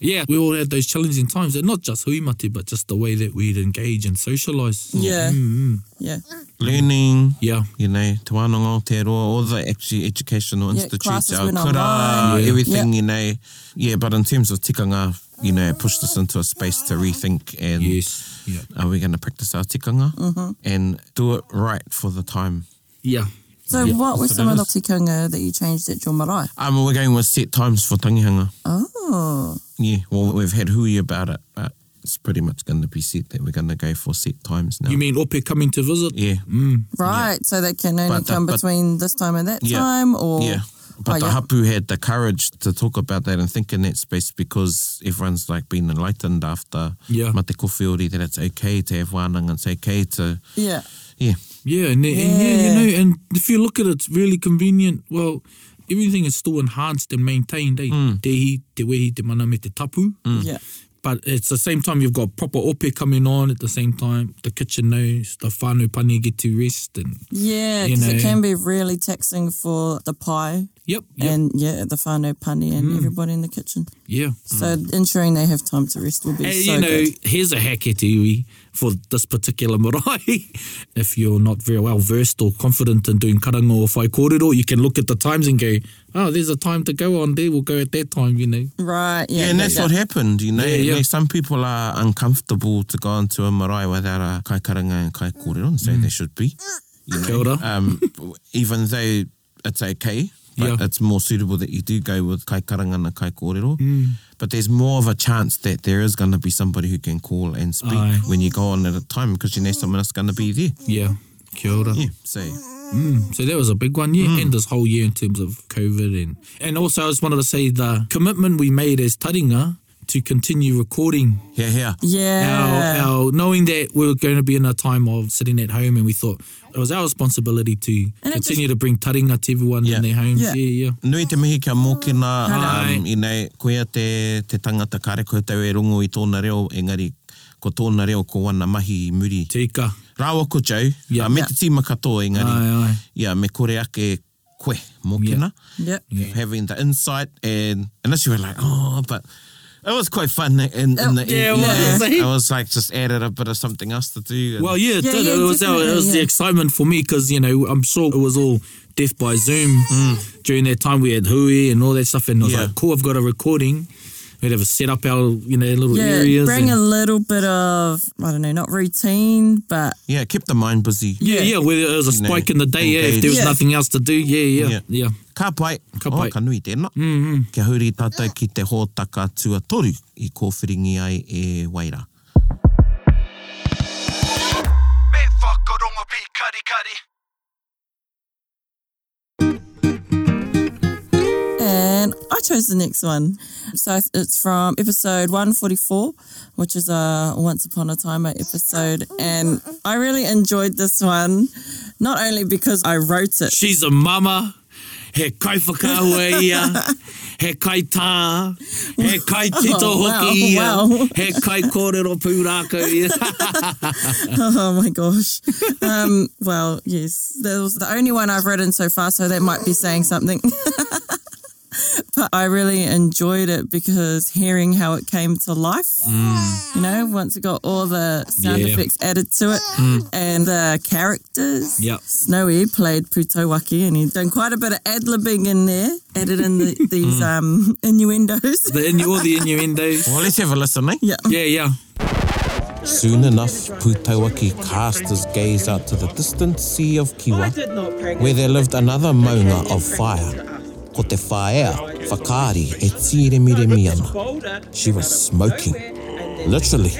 Speaker 3: yeah, we all had those challenging times, and not just huimate, but just the way that we'd engage and socialise.
Speaker 2: Yeah. Yeah.
Speaker 1: Learning,
Speaker 3: Yeah.
Speaker 1: you know, te wānanga o te roa, all the actually educational
Speaker 2: Yeah,
Speaker 1: institutes,
Speaker 2: classes
Speaker 1: our
Speaker 2: went
Speaker 1: kura,
Speaker 2: online.
Speaker 3: Yeah.
Speaker 1: everything, you know. Yeah, but in terms of tikanga, you know, it pushed us into a space to rethink and
Speaker 3: Yes. Yeah.
Speaker 1: are we going to practice our tikanga
Speaker 2: Mm-hmm.
Speaker 1: and do it right for the time.
Speaker 3: Yeah.
Speaker 2: So
Speaker 3: Yeah.
Speaker 2: what were
Speaker 1: So
Speaker 2: some of the
Speaker 1: that
Speaker 2: tikanga that you changed at your marae?
Speaker 1: Um, we're going with set times for tangihanga.
Speaker 2: Oh.
Speaker 1: Yeah, well, we've had hui about it, but it's pretty much going to be set that we're going to go for set times now.
Speaker 3: You mean Ope coming to visit? Mm.
Speaker 1: yeah,
Speaker 2: Right. So they can only
Speaker 1: But the-
Speaker 2: come
Speaker 1: but-
Speaker 2: between this time and that
Speaker 1: Yeah.
Speaker 2: time or
Speaker 1: yeah. But
Speaker 2: Oh,
Speaker 1: the
Speaker 2: yeah.
Speaker 1: hapu had the courage to talk about that and think in that space because everyone's like been enlightened after
Speaker 3: Yeah.
Speaker 1: mate kofiori that it's okay to have wānanga, it's okay to,
Speaker 2: Yeah.
Speaker 1: yeah,
Speaker 3: Yeah, and, and yeah,
Speaker 2: Yeah.
Speaker 3: you know, and if you look at it, it's really convenient. Well, everything is still enhanced and maintained, eh? Te hi, te wehi, te mana me te tapu.
Speaker 1: Hmm.
Speaker 2: Yeah.
Speaker 3: But it's the same time you've got proper ope coming on at the same time. The kitchen knows, the whānau pane get to rest and
Speaker 2: Yeah,
Speaker 3: You
Speaker 2: because it
Speaker 3: know.
Speaker 2: can be really taxing for the pie
Speaker 3: yep, yep Mm.
Speaker 2: and yeah, the whānau pani and everybody in the kitchen.
Speaker 3: yeah.
Speaker 2: So ensuring they have time to rest will be
Speaker 3: And
Speaker 2: so
Speaker 3: Mm. you know,
Speaker 2: good.
Speaker 3: here's a hack at iwi for this particular marae. [LAUGHS] if you're not very well versed or confident in doing karanga or whai kōrero, you can look at the times and go, oh, there's a time to go on there, we'll go at that time, you know.
Speaker 2: Right. Yeah.
Speaker 1: Yeah, and that's
Speaker 2: yeah.
Speaker 1: what happened, you know.
Speaker 3: Yeah, yeah.
Speaker 1: Like, some people are uncomfortable to go onto a marae without a kai karanga and kai kōrero, and
Speaker 3: Mm.
Speaker 1: so they should be. You
Speaker 3: Kia ora. [LAUGHS]
Speaker 1: Um, even though it's okay, but
Speaker 3: Yeah.
Speaker 1: it's more suitable that you do go with kai karanga and a kai kōrero.
Speaker 3: Mm.
Speaker 1: But there's more of a chance that there is going to be somebody who can call and speak
Speaker 3: Aye.
Speaker 1: when you go on at a time because you know someone else going to be there.
Speaker 3: Yeah. Kia ora.
Speaker 1: Yeah, so
Speaker 3: Mm, So that was a big one, yeah.
Speaker 2: Mm.
Speaker 3: And this whole year in terms of COVID and and also I just wanted to say the commitment we made as Taringa to continue recording
Speaker 1: here, here.
Speaker 2: Yeah.
Speaker 3: our, our knowing that we were going to be in a time of sitting at home and we thought it was our responsibility to
Speaker 2: And it
Speaker 3: continue to bring Taringa to everyone
Speaker 1: Yeah.
Speaker 3: in their homes.
Speaker 2: Yeah.
Speaker 3: Yeah, yeah.
Speaker 1: Nui te mihi kia mōkina,
Speaker 3: Hara.
Speaker 1: um, i nei, koea te, te tangata kare koe tau e rongo i tōna reo, engari, ko tōna reo ko wana mahi i muri.
Speaker 3: Tika.
Speaker 1: Rawa ko jau,
Speaker 3: Yeah.
Speaker 1: a me te tīma katoa, engari,
Speaker 3: Aye, aye.
Speaker 1: ia, me kore ake koe, mōkina,
Speaker 2: Yep.
Speaker 1: having the insight, and unless you were like, oh, but it was quite fun in, in the
Speaker 3: Oh, Yeah,
Speaker 1: end.
Speaker 3: it was, eh?
Speaker 1: I was like, just added a bit of something else to do. and-
Speaker 3: Well, yeah, it
Speaker 2: Yeah,
Speaker 3: did.
Speaker 2: yeah,
Speaker 3: it was, our, it
Speaker 2: definitely,
Speaker 3: was the
Speaker 2: yeah.
Speaker 3: excitement for me because, you know, I'm sure it was all death by Zoom
Speaker 2: Mm.
Speaker 3: during that time. We had Hui and all that stuff, and I was
Speaker 1: Yeah.
Speaker 3: like, cool, I've got a recording. We'd have set up our, you know, little
Speaker 2: Yeah.
Speaker 3: areas.
Speaker 2: Bring a
Speaker 3: and-
Speaker 2: little bit of I don't know, not routine, but
Speaker 1: yeah, kept the mind busy.
Speaker 3: yeah, yeah, whether it was a
Speaker 1: You know,
Speaker 3: spike in the day, yeah, if there was
Speaker 2: engage.
Speaker 3: nothing else to do, yeah, yeah, yeah. Mm-hmm.
Speaker 1: Ka pai.
Speaker 3: Ka
Speaker 1: Oh,
Speaker 3: pai.
Speaker 1: ka nui tēnā. Mm -hmm. Kia huri tātou ki te hōtaka tua toru i kōwhiringi ai e
Speaker 4: Me
Speaker 1: waira.
Speaker 4: whakarongo pīkari kari.
Speaker 2: and I chose the next one. So it's from episode 144, which is a Once Upon a Timer episode. And I really enjoyed this one, not only because I wrote it.
Speaker 3: She's a mama. He kai whakaahua ia.
Speaker 2: [LAUGHS]
Speaker 3: he kai tā. He kai tito
Speaker 2: Oh, wow, [LAUGHS]
Speaker 3: hoki ia.
Speaker 2: wow.
Speaker 3: He kai kōrero pūrākau
Speaker 2: [LAUGHS]
Speaker 3: ia.
Speaker 2: Oh my gosh. Um, well, yes, that was the only one I've written so far, so that might be saying something. [LAUGHS] but I really enjoyed it because hearing how it came to life, you know, once it got all the sound
Speaker 3: Mm. Yeah. Mm.
Speaker 2: effects added to it and the characters.
Speaker 3: Yep.
Speaker 2: Snowy played Putowaki and he'd done quite a bit of ad libbing in there, added
Speaker 3: [LAUGHS]
Speaker 2: in the, these um, innuendos.
Speaker 3: Mm. The innu- all the innuendos.
Speaker 1: Well, let's have a listen, eh?
Speaker 2: [LAUGHS] Yeah.
Speaker 3: Yeah, yeah.
Speaker 1: Soon enough, Pūtauaki cast his gaze out to the distant sea of Kiwa, where there lived another maunga of fire. Ko te whaea, whakaari e tīremiremi ana. She was smoking, literally,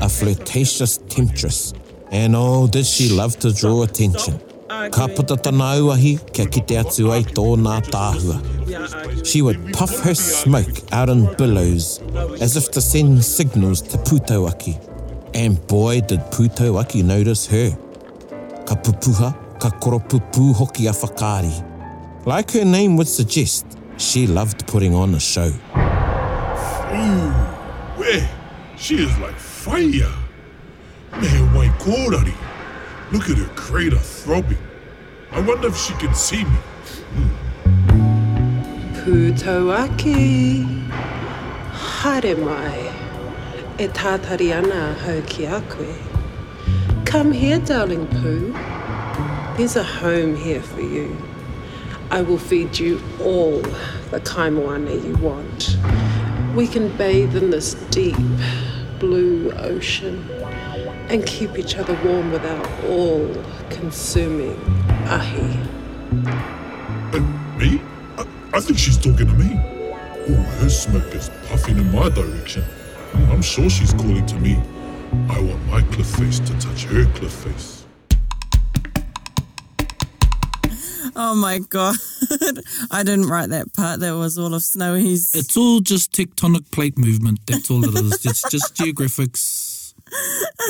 Speaker 1: a flirtatious temptress. And oh, did she love to draw attention. Ka puta tana auahi, kia kite atu ai tōna tāhua. She would puff her smoke out in billows, as if to send signals to Putawaki. And boy, did Putawaki notice her. Ka pupuha, ka koropupu hoki a whakaari. Like her name would suggest, she loved putting on a show.
Speaker 5: Weh, she is like fire. Man, white kōrari. Look at her crater throbbing. I wonder if she can see me. Hmm,
Speaker 6: kūtau aki. Haere mai, e tātari ana hau ki a koe. Come here, darling Pooh. There's a home here for you. I will feed you all the kaimoana you want. We can bathe in this deep blue ocean and keep each other warm without all consuming ahi.
Speaker 5: Me? I, I think she's talking to me. Ooh, her smoke is puffing in my direction. I'm sure she's calling to me. I want my cliff face to touch her cliff face.
Speaker 2: Oh my god. [LAUGHS] I didn't write that part. That was all of Snowy's.
Speaker 3: It's all just tectonic plate movement. That's all it is. It's just geographics.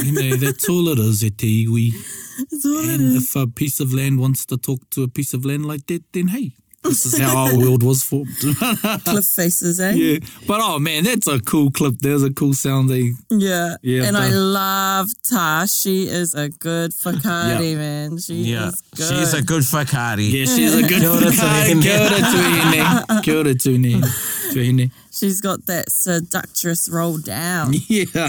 Speaker 3: You know, that's all it is, e te iwi.
Speaker 2: It's all it
Speaker 3: And
Speaker 2: is.
Speaker 3: if a piece of land wants to talk to a piece of land like that, then hey, this is how our world was formed. [LAUGHS]
Speaker 2: Cliff faces, eh?
Speaker 3: yeah. But oh man, that's a cool clip. There's a cool sound there.
Speaker 2: Yeah.
Speaker 3: Yeah,
Speaker 2: and I
Speaker 3: duh.
Speaker 2: love Tash. She is a good Fakati, man. She
Speaker 1: Yeah.
Speaker 2: is good.
Speaker 1: She's a good whakari.
Speaker 3: Yeah, she's a good
Speaker 1: Kia ora
Speaker 3: guy.
Speaker 1: tūhine.
Speaker 3: Kia ora tūhine. Kia ora tūhine. Tūhine.
Speaker 2: She's got that seductress roll down.
Speaker 3: Yeah.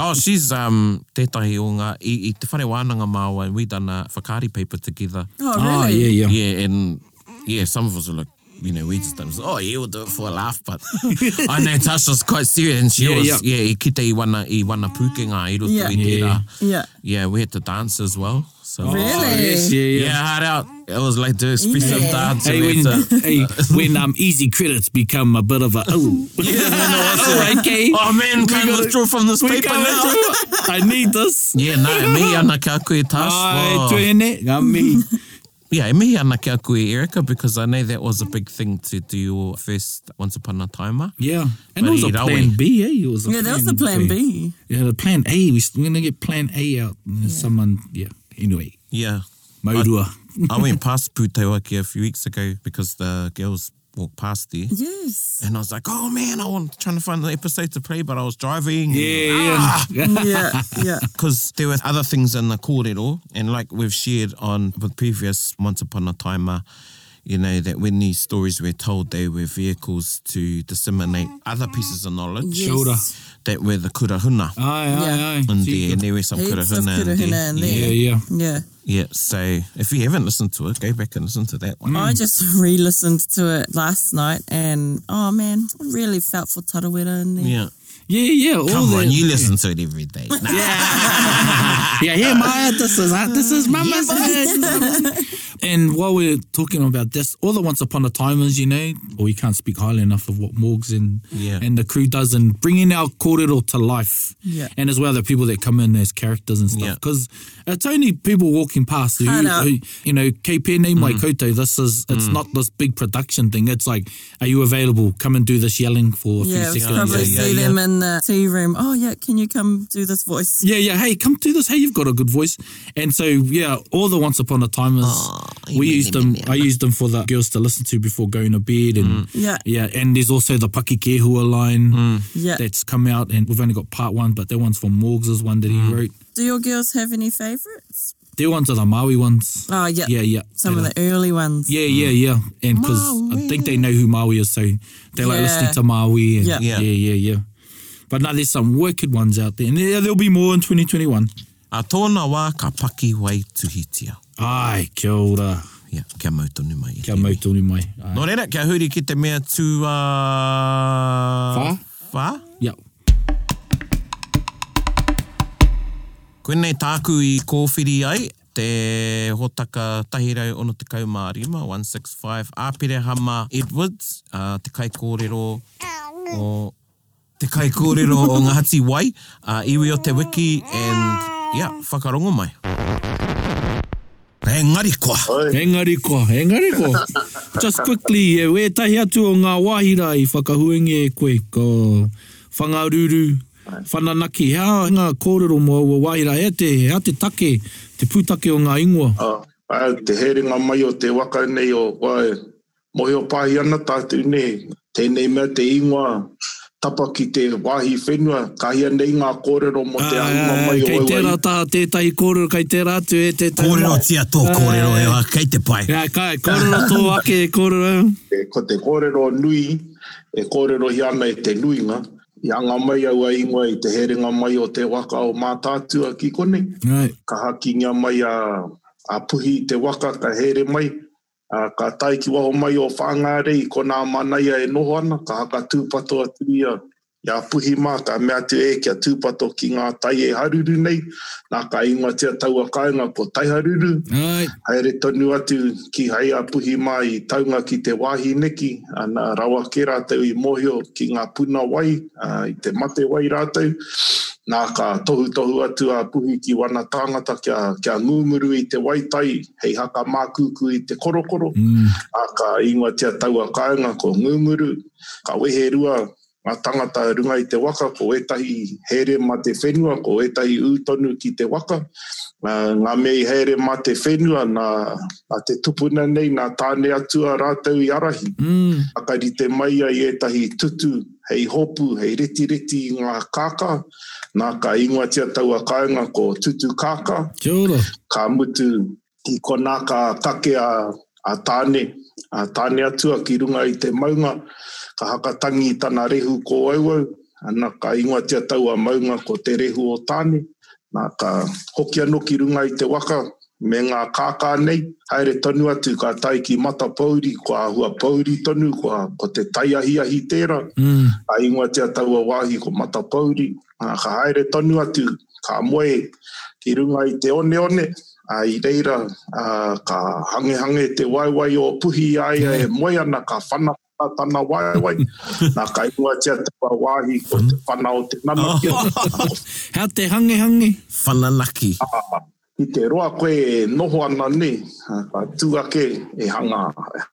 Speaker 1: Oh, she's um, tētahi o ngā, i, i te whare wānanga māua, and we done a whakari paper together.
Speaker 2: Oh, really?
Speaker 3: Oh, yeah, yeah.
Speaker 1: Yeah, and yeah, some of us were like, you know, we just done. Oh, yeah, we'll do it for a laugh, but I know Tasha's quite serious, and she
Speaker 3: Yeah,
Speaker 1: was
Speaker 3: yeah.
Speaker 1: yeah. i kite i wana i wana pukenga i roto
Speaker 2: Yeah.
Speaker 1: i tērā.
Speaker 3: Yeah.
Speaker 2: Yeah.
Speaker 1: Yeah, we had to dance as well. So
Speaker 2: Really?
Speaker 3: Oh, yes, yeah,
Speaker 1: yeah,
Speaker 3: yeah.
Speaker 1: hard out. It was like the expressive
Speaker 2: Yeah.
Speaker 1: dance.
Speaker 3: Hey,
Speaker 1: and we had to-
Speaker 3: when, hey, when um, easy credits become a bit of a
Speaker 1: [LAUGHS]
Speaker 3: oh, [LAUGHS] oh okay,
Speaker 1: [LAUGHS] oh man, can't
Speaker 3: gotta-
Speaker 1: withdraw from this
Speaker 3: We
Speaker 1: paper
Speaker 3: can't [LAUGHS]
Speaker 1: now.
Speaker 3: withdraw. I need this.
Speaker 1: Yeah, no, me ana kia koe Tash.
Speaker 3: Ai,
Speaker 1: Wow.
Speaker 3: tūhine, ngā
Speaker 1: [LAUGHS]
Speaker 3: mihi.
Speaker 1: Yeah, e mihi ana kia koe Erica because I know that was a big thing to do your first Once Upon a Timer.
Speaker 3: Yeah,
Speaker 1: But
Speaker 3: and it was a
Speaker 1: either way.
Speaker 3: plan B. Eh? It was a
Speaker 2: Yeah, that was the plan B.
Speaker 3: Yeah, the plan A. We st- We're gonna get plan A out. And Someone, yeah. Anyway,
Speaker 1: Yeah.
Speaker 3: Maurua.
Speaker 1: I went past Pūtaiwaki a few weeks ago because the girls walked past there.
Speaker 2: Yes.
Speaker 1: And I was like, oh man, I was trying to find the episode to play, but I was driving.
Speaker 3: yeah, yeah.
Speaker 2: Yeah. Yeah.
Speaker 1: Because there were other things in the kōrero, and like we've shared on with previous Once Upon a Timer, you know, that when these stories were told, they were vehicles to disseminate other pieces of knowledge
Speaker 2: Mm-hmm. Yes.
Speaker 3: Kia ora.
Speaker 1: that were the kurahuna
Speaker 3: Aye, aye,
Speaker 2: Yeah.
Speaker 3: aye.
Speaker 1: in
Speaker 3: See,
Speaker 1: there, and there were some
Speaker 2: Heaps of
Speaker 1: kurahuna, in there.
Speaker 2: kurahuna in there.
Speaker 3: Yeah, yeah.
Speaker 2: Yeah.
Speaker 1: Yeah, so if you haven't listened to it, go back and listen to that one.
Speaker 2: I just re listened to it last night and oh man, I really felt for Tarawera in there.
Speaker 1: Yeah.
Speaker 3: Yeah, yeah. All
Speaker 1: Come
Speaker 3: that.
Speaker 1: on, you listen to it every
Speaker 2: [LAUGHS]
Speaker 1: day. Nah.
Speaker 3: yeah, yeah, my this is this is mama's head. [LAUGHS] and while we're talking about this, all the once upon a timers, you know, we can't speak highly enough of what Morgs and
Speaker 1: Yeah.
Speaker 3: and the crew does in bringing our kōrero to life.
Speaker 2: Yeah.
Speaker 3: and as well the people that come in as characters and
Speaker 1: Yeah.
Speaker 3: stuff. Because it's only people walking past who,
Speaker 2: Cut out.
Speaker 3: who you know, KPNA my koutou, This is it's not this big production thing. It's like, are you available? Come and do this yelling for a
Speaker 2: Yeah,
Speaker 3: few
Speaker 2: we
Speaker 3: seconds.
Speaker 2: probably
Speaker 1: yeah,
Speaker 2: see
Speaker 1: yeah.
Speaker 2: them in the tea room. Oh yeah, can you come do this voice?
Speaker 3: Yeah, yeah. Hey, come do this. Hey, you've got a good voice. And so, yeah, all the once upon a timers, we used them. I used them for the girls to listen to before going to bed, and
Speaker 2: Yeah.
Speaker 3: yeah. And there's also the Pakikehua line
Speaker 2: Yeah.
Speaker 3: that's come out, and we've only got part one, but that one's for Morgs is one that he
Speaker 2: Mm.
Speaker 3: wrote.
Speaker 2: Do your girls have any favourites?
Speaker 3: Their ones are the Maui ones.
Speaker 2: Oh yeah.
Speaker 3: yeah, yeah.
Speaker 2: Some
Speaker 3: And,
Speaker 2: of the early ones.
Speaker 3: yeah, yeah, yeah. And because I think they know who Maui is, so they like
Speaker 2: Yeah.
Speaker 3: listening to Maui. And
Speaker 2: Yeah.
Speaker 3: yeah,
Speaker 1: Yeah.
Speaker 3: yeah, yeah. But now there's some wicked ones out there, and there, there'll be more in 2021.
Speaker 1: A tōna wā ka paki wai tuhitia.
Speaker 3: Ai, kia ora.
Speaker 1: Ia, kia mautonu mai. e
Speaker 3: Kia
Speaker 1: te iwi.
Speaker 3: mautoni mai. Ah, Ai.
Speaker 1: Nō reira, kia huri ki te mea tū... Uh...
Speaker 3: Whā?
Speaker 1: Whā?
Speaker 3: Yep.
Speaker 1: Koenei tāku i kōwhiri ai, te hotaka tahirau ono te kaumārima, 165, āpere hama Edwards, uh, te kai kōrero o... Te kai kōrero o Ngāti Wai, uh, iwi o te wiki, and, yeah, whakarongo mai. Hei, ngari koa.
Speaker 3: Engari koa, engari
Speaker 7: [LAUGHS]
Speaker 3: koa. Just quickly, e we tahi atu o ngā wāhira i whakahuenge e koe ko whangaruru, whananaki. Hea ngā kōrero mō ua wāhira e te, hea te take, te pūtake o ngā ingoa.
Speaker 7: Ah, ai, te heringa mai o te waka nei o wai. Mohi o pāhi ana tātou nei. Tēnei mea te ingoa. tapa ki te wāhi whenua, kahia nei ngā kōrero mo te ahuma mai o
Speaker 3: kei
Speaker 7: oi
Speaker 3: tērā
Speaker 7: wai.
Speaker 3: taha tētai kōrero, kei tērā atu e tētai.
Speaker 1: Kōrero tia tō, kōrero e wā, kei te pai.
Speaker 3: Nā, kai, kōrero tō ake e kōrero.
Speaker 7: E, ko te kōrero nui, e kōrero hi ana e te nuinga, i anga mai au a ingoa i te herenga mai o te waka o mātātua ki konei.
Speaker 3: Right.
Speaker 7: Ka haki ngā mai a, a puhi i te waka, ka here mai, a, ka tai ki waho mai o whangare i kona manaia e noho ana, ka haka tūpato atu ia. Ia puhi mā, ka mea te e kia tūpato ki ngā tai e haruru nei, nā ka ingoa tia taua kāinga po tai haruru,
Speaker 3: Right.
Speaker 7: haere tonu atu ki hei a puhi mai i taunga ki te wāhi neki, a nā rawa ke rātau i mōhio ki ngā puna wai, a, i te mate wai rātau, nā ka tohu tohu atu a puhi ki wana tāngata kia, kia ngūmuru i te waitai, hei haka mākuku i te korokoro,
Speaker 3: Mm.
Speaker 7: a ka ingoa tia taua kāinga ko ngūmuru, ka wehe rua ngā tangata runga i te waka, ko etahi here ma te whenua, ko etahi ūtonu ki te waka. Uh, ngā mei here ma te whenua, nā, nā te tupuna nei, nā tāne atu a rātau i arahi.
Speaker 3: Mm.
Speaker 7: Akari te mai ai etahi tutu, hei hopu, hei reti reti i ngā kāka, nā ka ingoa tia taua kāinga ko tutu kāka
Speaker 3: Kia ora.
Speaker 7: ka mutu i kona ka kake a, a tāne, a tāne atu a ki runga i te maunga, ka hakatangi i tana rehu ko auau, ana ka ingoa tia tau a maunga ko te rehu o tāne, nā ka hoki anō ki runga i te waka, me ngā kākā nei, haere tonu atu ka tai ki mata pauri, ko ahua pauri tonu, ko, a, ko te tai ahi ahi tērā,
Speaker 3: Mm.
Speaker 7: a ingoa tia taua wāhi ko matapauri, a ka haere tonu atu, ka moe ki runga i te one one, a i reira a, ka hange hange te waiwai o puhi ai e moe ana ka whana tana waiwai, nā ka ingoa tia taua wāhi ko te whana o te nana kia.
Speaker 3: Hea te hange hange.
Speaker 1: Whananaki.
Speaker 7: I te roa koe e noho ana nei, a ka tūake e hanga,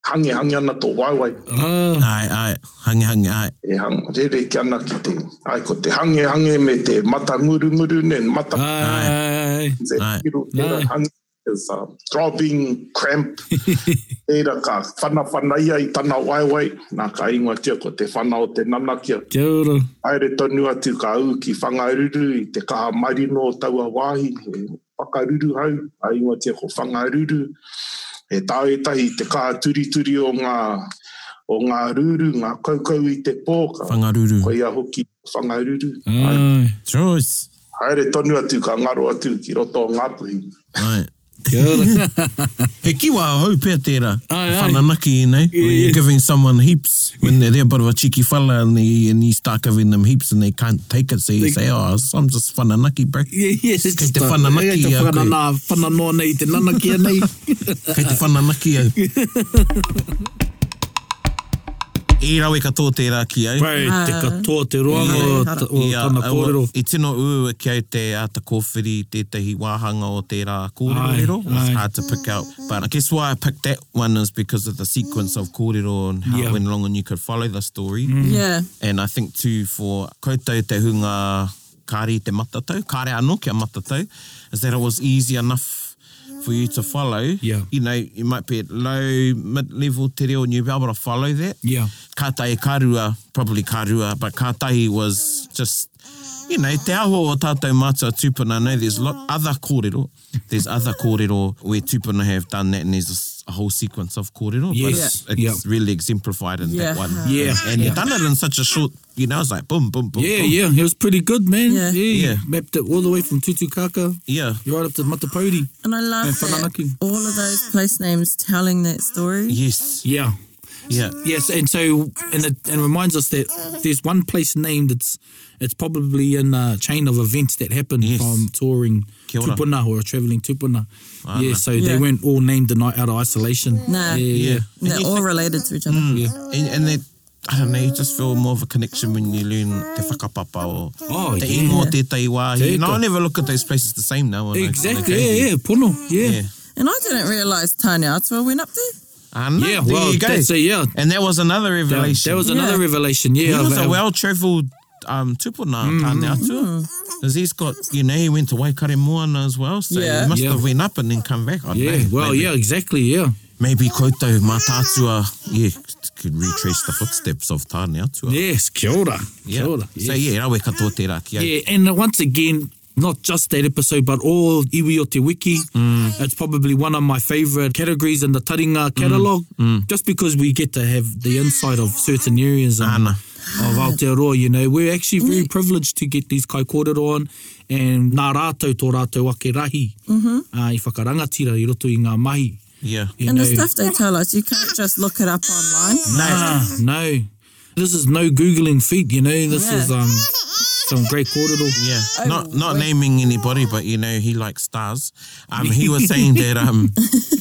Speaker 7: hange hange ana tō waiwai.
Speaker 3: Ah.
Speaker 1: Ai, ai, hangi hangi, ai.
Speaker 7: e hang, rere ki ana ki te, ai ko te hange hange me te mata ngurunguru ne, mata
Speaker 3: Ai.
Speaker 7: te
Speaker 1: Ai.
Speaker 7: tiro, tera
Speaker 3: Ai.
Speaker 7: hangi, is a throbbing
Speaker 3: [LAUGHS]
Speaker 7: cramp, tera ka whanawhanaia i tana waiwai, nā ka ingoa tia ko te whana o te nanakia.
Speaker 3: Kia ora.
Speaker 7: Aere tonu atu ka au ki whangaruru i te kaha marino o taua wāhi, e whakaruru hau, a ingoa tia ko whangaruru, e tau e tahi te kaha turituri o ngā, o ngā ruru, ngā kaukau i te pōka. Ko
Speaker 1: Whangaruru.
Speaker 7: ia hoki whangaruru. Mm.
Speaker 3: Ai.
Speaker 1: Choice.
Speaker 7: Haere tonu atu ka ngaro atu ki roto o ngā puhi.
Speaker 1: Ai.
Speaker 3: Kia ora.
Speaker 1: He kiwa hau pia tērā.
Speaker 3: Ai, ai.
Speaker 1: Whananaki, nei? When you're giving someone heaps, when they're there but of a cheeky fella and, they, and you start giving them heaps and they can't take it, so you say, oh, I'm just whananaki, bro.
Speaker 3: Yeah, yeah, it's
Speaker 1: Kei
Speaker 3: just
Speaker 1: te
Speaker 3: a-
Speaker 1: whananaki
Speaker 3: kei te
Speaker 1: a koe.
Speaker 3: whanana- whananoa nei, te nanaki nei.
Speaker 1: Kei te whananaki
Speaker 3: [LAUGHS]
Speaker 1: au. I rawe e ka tō tērā ki au.
Speaker 3: Pai, te katoa te roanga o ta- o
Speaker 1: Ia,
Speaker 3: tana
Speaker 1: aua,
Speaker 3: kōrero.
Speaker 1: I tino ua ki au te ata kōwhiri, tētahi wāhanga o tērā
Speaker 3: Ai,
Speaker 1: kōrero. It's
Speaker 3: ai.
Speaker 1: hard to pick out. But I guess why I picked that one is because of the sequence of kōrero and how
Speaker 3: Yeah. Mm.
Speaker 1: it went along and you could follow the story.
Speaker 2: Yeah.
Speaker 1: And I think too for koutou te hunga kāri te matatau, kāre anō kia matatau, is that it was easy enough for you to follow.
Speaker 3: Yeah.
Speaker 1: You know, you might be at low, mid-level te reo new but I follow that.
Speaker 3: Yeah.
Speaker 1: Kātai kārua, probably kārua, but kātai was just, you know, te aho o tātou mātua tūpuna. I know there's lot other kōrero. There's other kōrero where tūpuna have done that and there's this- a whole sequence of kōrero.
Speaker 3: Yes.
Speaker 1: But it's,
Speaker 3: Yeah.
Speaker 1: it's really exemplified in
Speaker 2: Yeah.
Speaker 1: that one.
Speaker 3: Yeah.
Speaker 1: And you done it in such a short, you know, it's like boom, boom, boom.
Speaker 3: Yeah,
Speaker 1: boom.
Speaker 3: yeah, it was pretty good, man.
Speaker 2: Yeah.
Speaker 3: Yeah, yeah.
Speaker 1: Yeah.
Speaker 3: Mapped it all the way from Tutukaka,
Speaker 1: Yeah.
Speaker 3: right up to Matapodi.
Speaker 2: And I love
Speaker 3: And
Speaker 2: that
Speaker 3: Whananaki.
Speaker 2: all of those place names telling that story.
Speaker 1: Yes.
Speaker 3: Yeah.
Speaker 1: Yeah.
Speaker 3: Yes, and so and it and reminds us that there's one place named it's it's probably in a chain of events that happened
Speaker 1: Yes.
Speaker 3: from touring
Speaker 1: Kia ora.
Speaker 3: Tupuna or travelling Tupuna. yeah, so they
Speaker 2: Yeah.
Speaker 3: weren't all named the night out of isolation. Yeah.
Speaker 2: Nah.
Speaker 1: Yeah.
Speaker 3: yeah.
Speaker 2: And they're
Speaker 1: And you
Speaker 2: all
Speaker 1: think-
Speaker 2: related to each other.
Speaker 3: Mm.
Speaker 1: And, and that, I don't know, you just feel more of a connection when you learn te whakapapa or
Speaker 3: Oh,
Speaker 1: te
Speaker 3: yeah.
Speaker 1: ingo, te taiwahi. You know, I
Speaker 3: Tētahi.
Speaker 1: never look at those places the same now. when I-
Speaker 3: Exactly.
Speaker 1: when I go
Speaker 3: Yeah,
Speaker 1: there.
Speaker 3: yeah, Puno. Yeah.
Speaker 1: Yeah.
Speaker 2: And I didn't realise Tane Atua went up there.
Speaker 1: I know.
Speaker 3: Yeah,
Speaker 1: there
Speaker 3: well,
Speaker 1: you go.
Speaker 3: that's a- yeah.
Speaker 1: And that was another
Speaker 3: That, that
Speaker 1: revelation.
Speaker 3: was
Speaker 2: Yeah.
Speaker 3: another revelation. Yeah.
Speaker 1: he was
Speaker 3: of-
Speaker 1: a
Speaker 3: of-
Speaker 1: well-travelled um, tupuna
Speaker 3: Mm.
Speaker 1: tāne atua. Because he's got, you know, he went to Waikare Moana as well, so
Speaker 2: Yeah.
Speaker 1: he must
Speaker 3: Yeah.
Speaker 1: have went up and then come back. I don't
Speaker 3: Yeah.
Speaker 1: know,
Speaker 3: Well,
Speaker 1: maybe.
Speaker 3: yeah, exactly. Yeah.
Speaker 1: maybe koutou, mā tātua, yeah, could retrace the footsteps of Tāne Atua.
Speaker 3: Yes, kia ora. Kia
Speaker 1: Yeah.
Speaker 3: ora.
Speaker 1: So
Speaker 3: yes.
Speaker 1: yeah, rawe katoa te rā ki au.
Speaker 3: Yeah, and uh, once again, not just that episode, but all Iwi o Te Wiki.
Speaker 1: Mm.
Speaker 3: It's probably one of my favourite categories in the Taringa catalogue,
Speaker 1: Mm.
Speaker 3: just because we get to have the insight of certain areas and
Speaker 1: Ana.
Speaker 3: of
Speaker 2: Ah.
Speaker 3: Aotearoa, you know. We're actually very privileged to get these kaikōrero on and nā rātou tō rātou ake rahi mm-hmm. uh, i whakarangatira i roto i ngā mahi.
Speaker 1: Yeah.
Speaker 3: You
Speaker 2: And
Speaker 3: know,
Speaker 2: the stuff they tell us, you can't just look it up online.
Speaker 3: No, Ah, no. This is no googling feat, you know. This is
Speaker 2: Yeah.
Speaker 3: um some great cordial.
Speaker 1: Yeah, not not naming anybody, but you know he likes stars. Um, he was saying that um,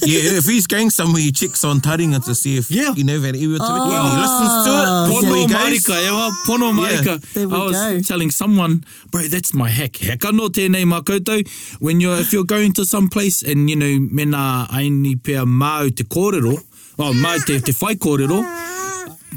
Speaker 1: yeah, if he's going somewhere, he checks on Taringa to see if
Speaker 3: Yeah.
Speaker 1: you know that he will. Oh, he listens to it.
Speaker 3: Pono
Speaker 2: Ah,
Speaker 1: There we go.
Speaker 3: marika, ewa, pono marika.
Speaker 2: There we
Speaker 3: I was
Speaker 2: go.
Speaker 3: telling someone, bro, that's my hack. Heka no tēnei mā koutou. When you're, if you're going to some place and, you know, mena aini pēr māu te kōrero, oh, māu te, te whai kōrero,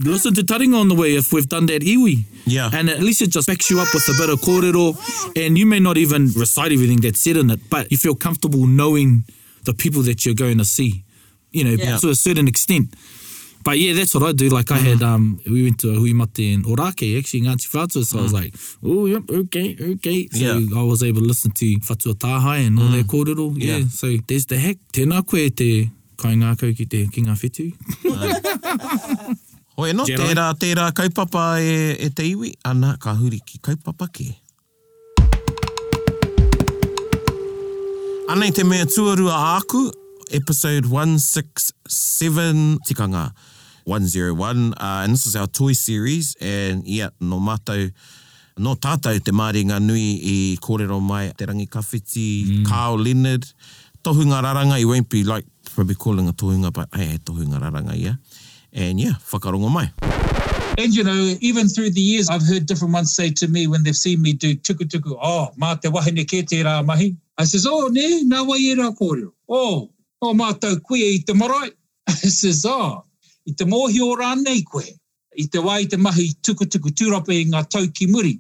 Speaker 3: listen to Taringa on the way if we've done that iwi.
Speaker 1: Yeah.
Speaker 3: And at least it just backs you up with a bit of kōrero and you may not even recite everything that's said in it, but you feel comfortable knowing the people that you're going to see, you know,
Speaker 2: Yeah.
Speaker 3: to a certain extent. But yeah, that's what I do. Like I had, um, we went to a hui mate in Orake, actually in Ngāti Whātua, so I was like, oh, yep, okay, okay. So
Speaker 1: Yeah.
Speaker 3: I was able to listen to Whatua Tāhai and all that kōrero. Mm. Yeah.
Speaker 1: Yeah.
Speaker 3: so there's the heck. Tēnā koe e te kaingākau ki te ki ngā whetū.
Speaker 1: Hoi no,
Speaker 3: Jedi.
Speaker 1: tērā, tērā kaupapa e, e te iwi, ana ka huri ki kaupapa ke. Anei te mea tuarua a aku, episode 167, tika ngā 101, uh, and this is our toy series, and yeah, no mātou, no tātou te Māori ngā nui i kōrero mai, te rangi kawhiti, mm. Kao Leonard, tohunga raranga, he won't be like, probably calling a tohunga, but hey, hey tohunga raranga, yeah. And yeah, whakarongo mai.
Speaker 8: And you know, even through the years, I've heard different ones say to me when they've seen me do tuku tuku, oh, mā te wahine ke te rā mahi. I says, oh, ne, nā wai e rā kōrero. Oh, oh, mātou koe i te marae. [LAUGHS] I says, oh, i te mōhi o rānei koe. I te wai te mahi tuku tuku tūrape i ngā tau ki muri.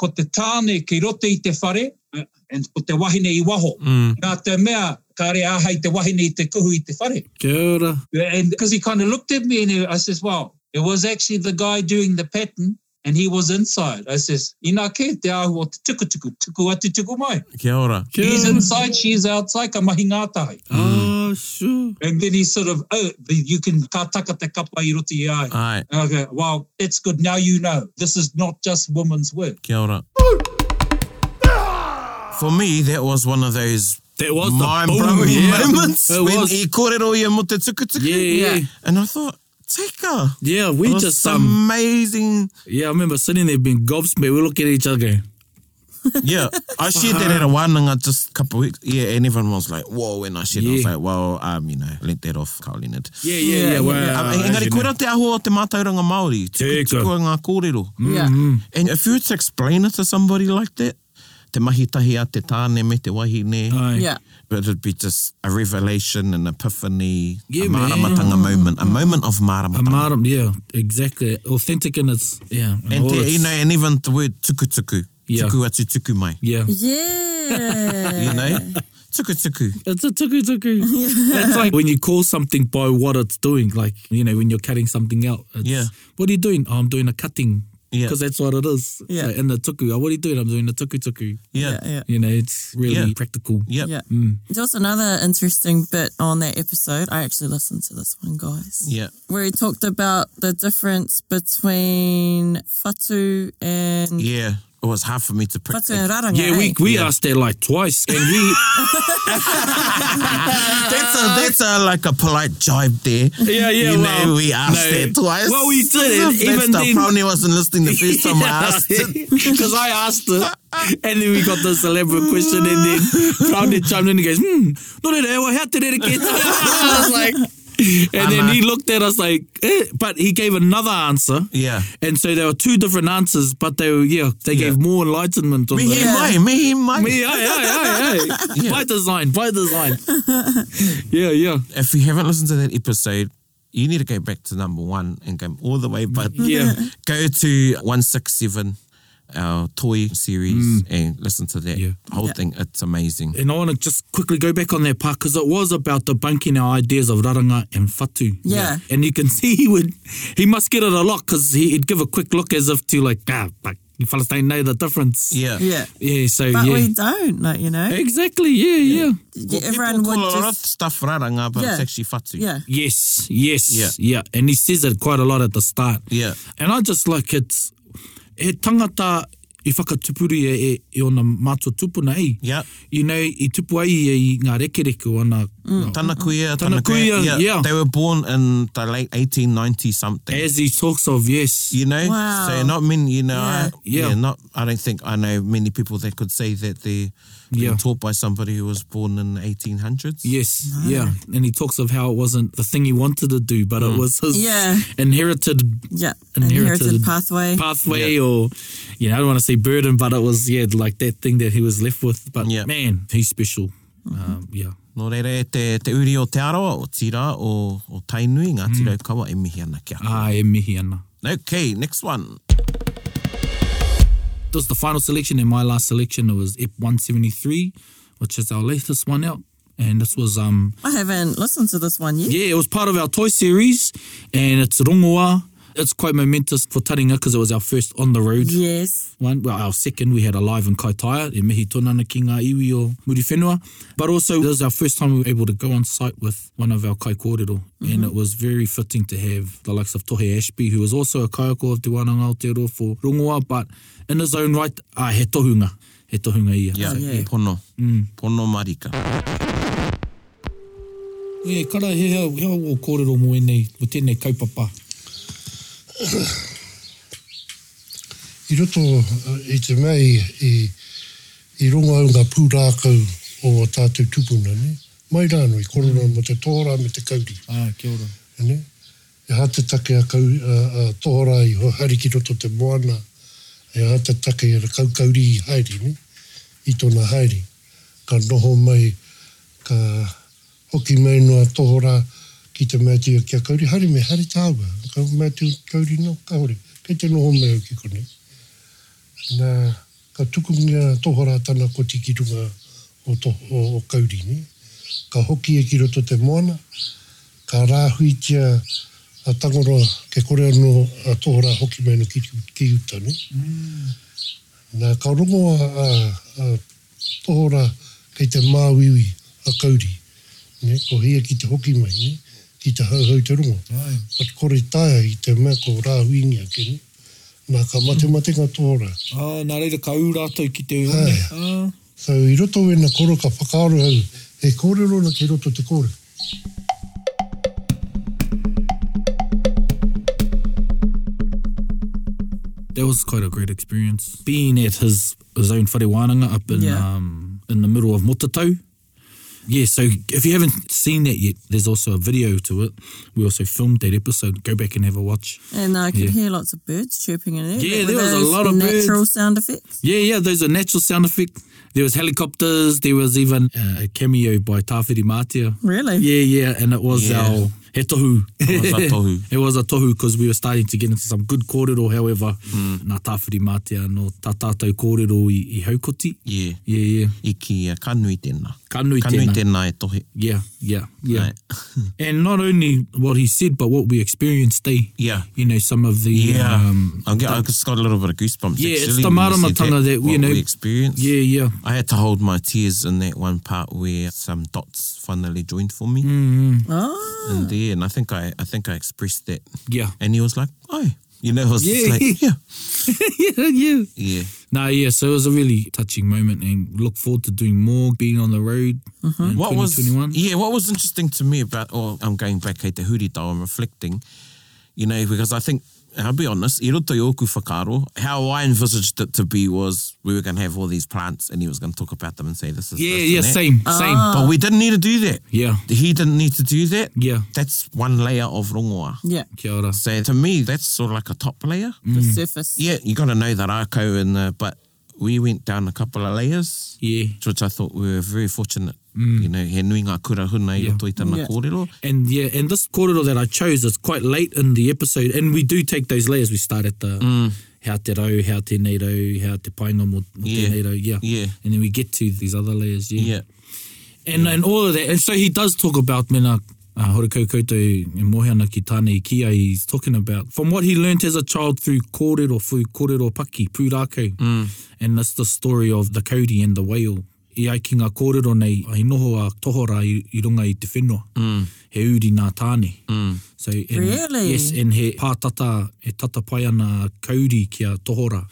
Speaker 8: Ko te tāne ki rote i te whare, eh, and ko te wahine i waho.
Speaker 1: Mm.
Speaker 8: Nā te mea, ka re ahai te wahine i te kuhu i te whare.
Speaker 3: Kia ora.
Speaker 8: And because he kind of looked at me and he, I says, well, it was actually the guy doing the pattern and he was inside. I says, Ina ke te ahu o te tuku tuku, tuku atu tuku mai.
Speaker 1: Kia ora.
Speaker 3: Kia
Speaker 8: He's
Speaker 3: ora.
Speaker 8: inside, she's outside, ka mahi ngā tahi.
Speaker 3: Oh, sure.
Speaker 8: And then he sort of, oh, the, you can ka taka te kapa i roto i ai.
Speaker 1: Ai,
Speaker 8: And I go, well, that's good. Now you know. This is not just women's work.
Speaker 1: kia ora. For me, that was one of those
Speaker 3: That was the
Speaker 1: mind-blowing
Speaker 3: boom, yeah.
Speaker 1: moments
Speaker 3: It
Speaker 1: when
Speaker 3: was.
Speaker 1: e kōrero ia mo te tukutuku.
Speaker 3: Yeah, yeah. Yeah,
Speaker 1: And I thought, Tika,
Speaker 3: we
Speaker 1: that's
Speaker 3: just, um,
Speaker 1: amazing.
Speaker 3: yeah, I remember sitting there being gobsmacked. We look at each other going,
Speaker 1: yeah, I shared that at a
Speaker 3: Uh-huh.
Speaker 1: wānanga just a couple of weeks. Yeah, and everyone was like, whoa, and I shared it. I was
Speaker 3: Yeah.
Speaker 1: like, well, um, you know, lent that off, Carl Leonard.
Speaker 3: yeah, yeah, yeah. well,
Speaker 1: Um, engari, koera te aho o te mātauranga Māori. Tuku,
Speaker 3: Tēkā.
Speaker 1: tuku o ngā kōrero.
Speaker 3: Mm.
Speaker 2: Yeah.
Speaker 3: Mm-hmm.
Speaker 1: And if you were to explain it to somebody like that, te mahi tahi a te tāne me te wahine,
Speaker 3: Aye.
Speaker 2: Yeah.
Speaker 1: but it'd be just a revelation, an epiphany,
Speaker 3: Yeah,
Speaker 1: a
Speaker 3: man.
Speaker 1: māramatanga moment, a moment of
Speaker 3: A
Speaker 1: māramatanga.
Speaker 3: marum, yeah, exactly. Authentic in its, yeah. in
Speaker 1: and
Speaker 3: all
Speaker 1: te,
Speaker 3: its-
Speaker 1: you know, and even the word tuku tuku,
Speaker 3: Yeah.
Speaker 1: tuku atu tuku mai,
Speaker 3: yeah.
Speaker 2: Yeah.
Speaker 1: you know? tuku tuku.
Speaker 3: [LAUGHS] It's a tuku [LAUGHS] tuku. It's like when you call something by what it's doing, like, you know, when you're cutting something out. It's,
Speaker 1: Yeah.
Speaker 3: What are you doing? Oh, I'm doing a cutting.
Speaker 1: Yeah.
Speaker 3: Because that's what it is.
Speaker 2: Yeah.
Speaker 3: Like, in the tuku. Oh, what are you doing? I'm doing a tuku tuku.
Speaker 1: Yeah.
Speaker 2: Yeah. Yeah.
Speaker 3: You know, it's really
Speaker 1: Yeah.
Speaker 3: practical.
Speaker 1: Yep.
Speaker 2: Yeah.
Speaker 1: Yeah.
Speaker 3: Mm.
Speaker 2: There was another interesting bit on that episode. I actually listened to this one, guys,
Speaker 1: Yeah.
Speaker 2: where he talked about the difference between fatu and
Speaker 1: Yeah. It was hard for me to pick.
Speaker 2: fatu and raranga.
Speaker 3: Yeah, we,
Speaker 2: eh?
Speaker 3: we asked that like twice.
Speaker 1: [LAUGHS]
Speaker 3: And he,
Speaker 1: That's a, that's a, like a polite jibe there.
Speaker 3: Yeah, yeah,
Speaker 1: You know,
Speaker 3: well,
Speaker 1: we asked
Speaker 3: no.
Speaker 1: it twice.
Speaker 3: Well, we did,
Speaker 1: [LAUGHS]
Speaker 3: and
Speaker 1: That's
Speaker 3: even
Speaker 1: the
Speaker 3: then-
Speaker 1: Brownie wasn't listening the first time I asked it.
Speaker 3: [LAUGHS] Because I asked her, and then we got the celebrity question, and then Brownie chimed in and goes, hmm, no, no, no, how did it get [LAUGHS] I was like, and then he looked at us like, eh, but he gave another answer.
Speaker 1: Yeah.
Speaker 3: And so there were two different answers, but they were, yeah, they
Speaker 1: Yeah.
Speaker 3: gave more enlightenment on
Speaker 1: Me, he,
Speaker 3: the-
Speaker 1: mai, me, he, mai.
Speaker 3: Me, yeah, yeah, yeah, yeah. By design, by design. yeah, yeah.
Speaker 1: if you haven't listened to that episode, you need to go back to number one and go all the way, but
Speaker 3: Yeah.
Speaker 1: go to 167. our toy series and listen to that
Speaker 3: Yeah.
Speaker 1: whole
Speaker 2: Yeah.
Speaker 1: thing. It's amazing.
Speaker 3: And I want to just quickly go back on that part because it was about debunking our ideas of raranga and fatu.
Speaker 2: Yeah.
Speaker 3: And you can [LAUGHS] see he would, he must get it a lot because he'd give a quick look as if to like, ah, but you fellas don't know the difference.
Speaker 1: Yeah.
Speaker 2: Yeah.
Speaker 3: Yeah, so
Speaker 2: But
Speaker 3: yeah.
Speaker 2: we don't, like, you know.
Speaker 3: exactly, yeah, yeah,
Speaker 2: Yeah,
Speaker 1: Well,
Speaker 2: everyone
Speaker 1: people
Speaker 2: would
Speaker 1: call a lot of
Speaker 2: just.
Speaker 1: stuff raranga, but it's
Speaker 2: Yeah.
Speaker 1: actually fatu.
Speaker 2: Yeah.
Speaker 3: Yes, yes,
Speaker 1: Yeah.
Speaker 3: yeah. And he says it quite a lot at the start.
Speaker 1: Yeah.
Speaker 3: And I just like it's, he tangata i whakatupuri e, e, e ona mātua tupuna e.
Speaker 1: Yeah.
Speaker 3: You know, i tupu ai e i ngā rekereko ana mm.
Speaker 1: Tana kuia, tana,
Speaker 3: Tana kuia, yeah. Eh.
Speaker 1: They were born in the late 1890 something.
Speaker 3: as he talks of, yes.
Speaker 1: you know,
Speaker 2: Wow.
Speaker 1: so not many. You know, I, yeah.
Speaker 3: Yeah.
Speaker 1: not. I don't think I know many people that could say that they're being
Speaker 3: Yeah.
Speaker 1: taught by somebody who was born in the 1800s.
Speaker 3: Yes, yeah. And he talks of how it wasn't the thing he wanted to do, but it was his
Speaker 2: Yeah.
Speaker 3: inherited
Speaker 2: Yeah.
Speaker 3: Inherited
Speaker 2: Inherited pathway.
Speaker 3: pathway or, you know, I don't want to say burden, but it was, yeah, like that thing that he was left with. But
Speaker 1: Yeah.
Speaker 3: man, he's special. Um, yeah.
Speaker 1: Nō reira e te, te uri o te aroa, o tira, o, o tainui, ngā tirau kawa e mihi ana kia.
Speaker 3: Mm. Ah, e mihi ana.
Speaker 1: Okay, next one.
Speaker 3: That was the final selection and my last selection. It was EP 173, which is our latest one out. And this was, um
Speaker 2: I haven't listened to this one yet.
Speaker 3: yeah, it was part of our toy series and it's Rongoa. It's quite momentous for Taringa because it was our first on the road.
Speaker 2: Yes.
Speaker 3: one. Well, our second, we had a live in Kaitaia, in mihi tōnana ki ngā iwi o Muri Whenua. But also, this was our first time we were able to go on site with one of our kai kōrero. And it was very fitting to have the likes of Tohe Ashby, who was also a kaiako of Te Wānanga Aotearoa for Rongoā, but in his own right, uh, he tohunga. He tohunga ia.
Speaker 1: Yeah,
Speaker 3: So,
Speaker 1: e pono.
Speaker 3: Mm.
Speaker 1: Pono marika.
Speaker 3: yeah, kara he hea, hea o kōrero mo enei, mo tēnei kaupapa.
Speaker 8: I roto uh, i te mei i, i runga o ngā pūrākau o tātou tupuna, ne? Mai rāno i korona mo te tōrā me te kauri,
Speaker 3: Ah, kia ora.
Speaker 8: ne? E hā te take a, kau, a, a tōrā i ho hari ki roto te moana, e hā te take a kaukauri i haere, ne? I tōna haere. Ka noho mai, ka hoki mai noa tōrā ki te mātua kia kauri. Hari me, hari tāua. Ka mātua kauri no, ka hore. Kei te noho mai o ki kone. nā ka tukungia tohora tana koti ki runga o, to, o, o kauri ni. Ka hoki e ki roto te moana, ka rāhuitia a tangoro ke kore anō a tohora hoki mai no ki, ki uta ni. Nā ka rongo a, a, a tohora kei te māwiwi a kauri, ne? ko hia ki te hoki mai ni, ki te hauhau te rongo.
Speaker 3: Ai.
Speaker 8: Pat kore tae i te mea ko rāhuingia ke ni. Nā ka mate mate ngā tohora.
Speaker 3: Ah, nā reira ka ū rātou ki te one.
Speaker 8: Ai.
Speaker 3: Ah.
Speaker 8: So i roto e nā koro ka whakaaro au, e kōrero na ki roto te kore.
Speaker 3: that was quite a great experience. Being at his his own whare wānanga up in
Speaker 2: Yeah.
Speaker 3: um, in the middle of Motatau. Yeah, so if you haven't seen that yet, there's also a video to it. We also filmed that episode. Go back and have a watch.
Speaker 2: And I could
Speaker 3: Yeah.
Speaker 2: hear lots of birds chirping in there.
Speaker 3: Yeah,
Speaker 2: Were
Speaker 3: there was a
Speaker 2: those
Speaker 3: lot of
Speaker 2: natural sound effects.
Speaker 3: Yeah, yeah, those are natural sound effects. There was helicopters. There was even uh, a cameo by Tawhiri Mātia.
Speaker 2: Really?
Speaker 3: Yeah, yeah, and it was
Speaker 1: Yeah.
Speaker 3: our he tohu. It
Speaker 1: was our tohu.
Speaker 3: [LAUGHS] it was a tohu because we were starting to get into some good kōrero, however,
Speaker 1: Hmm.
Speaker 3: mm. nā tāwhiri mātia no tā tātou kōrero i, i haukoti.
Speaker 1: Yeah.
Speaker 3: Yeah, yeah.
Speaker 1: I ki a kanui tēnā.
Speaker 3: Ka nui
Speaker 1: Kanui
Speaker 3: tēnā.
Speaker 1: tēnā e tohe.
Speaker 3: Yeah, yeah, yeah.
Speaker 1: Right.
Speaker 3: and not only what he said, but what we experienced, eh?
Speaker 1: Yeah.
Speaker 3: You know, some of the.
Speaker 1: Yeah.
Speaker 3: Um,
Speaker 1: I'm get, I just got a little bit of goosebumps
Speaker 3: Yeah, it's
Speaker 1: actually.
Speaker 3: the
Speaker 1: when you
Speaker 3: marama
Speaker 1: said
Speaker 3: tanga that,
Speaker 1: what
Speaker 3: you know-
Speaker 1: we experienced.
Speaker 3: yeah, yeah.
Speaker 1: I had to hold my tears in that one part where some dots finally joined for me
Speaker 3: Mm.
Speaker 2: Oh,
Speaker 1: in there, and I think I, I think I expressed that.
Speaker 3: Yeah. [LAUGHS]
Speaker 1: And he was like, "Oh, you know," I was just
Speaker 3: Yeah.
Speaker 1: like, "Yeah,
Speaker 3: yeah, yeah.
Speaker 1: yeah,
Speaker 3: No, yeah, so it was a really touching moment and look forward to doing more, being on the road. in
Speaker 1: Mm-hmm. what was E?
Speaker 3: 2021.
Speaker 1: yeah what was interesting to me about or I'm going back hey, to Hurita I'm reflecting you know because I think I'll be honest i roto i oku whakaaro how I envisaged it to be was we were going to have all these plants and he was going to talk about them and say this is
Speaker 3: Yeah,
Speaker 1: this
Speaker 3: yeah,
Speaker 1: and that.
Speaker 3: same, same.
Speaker 1: but we didn't need to do that
Speaker 3: Yeah.
Speaker 1: he didn't need to do that
Speaker 3: Yeah.
Speaker 1: that's one layer of rongoa
Speaker 2: yeah.
Speaker 3: Kia ora.
Speaker 1: so to me that's sort of like a top layer
Speaker 2: The
Speaker 3: Mm.
Speaker 2: surface.
Speaker 1: yeah you got to know that Arco and the, but we went down a couple of layers
Speaker 3: Yeah.
Speaker 1: which I thought we were very fortunate. You know, he nui ngā kura huna i
Speaker 3: Mm. Yeah.
Speaker 1: roto i tana
Speaker 2: Yeah.
Speaker 1: kōrero.
Speaker 3: And yeah, and
Speaker 1: Mm.
Speaker 3: this corridor that I chose is quite late in the episode, and we do take those layers. We start at the how te rau, how tēnei rau, how te painga mo, mo
Speaker 1: Yeah.
Speaker 3: tēnei rau. Yeah.
Speaker 1: Yeah.
Speaker 3: And then we get to these other layers. Yeah.
Speaker 1: Yeah.
Speaker 3: And, and all of that. And so he does talk about mena uh, hore kau koutou e mohe ana ki tāne i kia. He's talking about from what he learnt as a child through kōrero fu, kōrero paki, pūrākau. Mm. And that's the story of the Cody and the whale. I ai ki ngā kōrero nei, ai noho a tohora i, i runga i te whenua. Mm. He uri nā tāne. Mm. So, and,
Speaker 2: Really?
Speaker 3: Yes, and he pātata, e tata pai ana Cody kia tohora.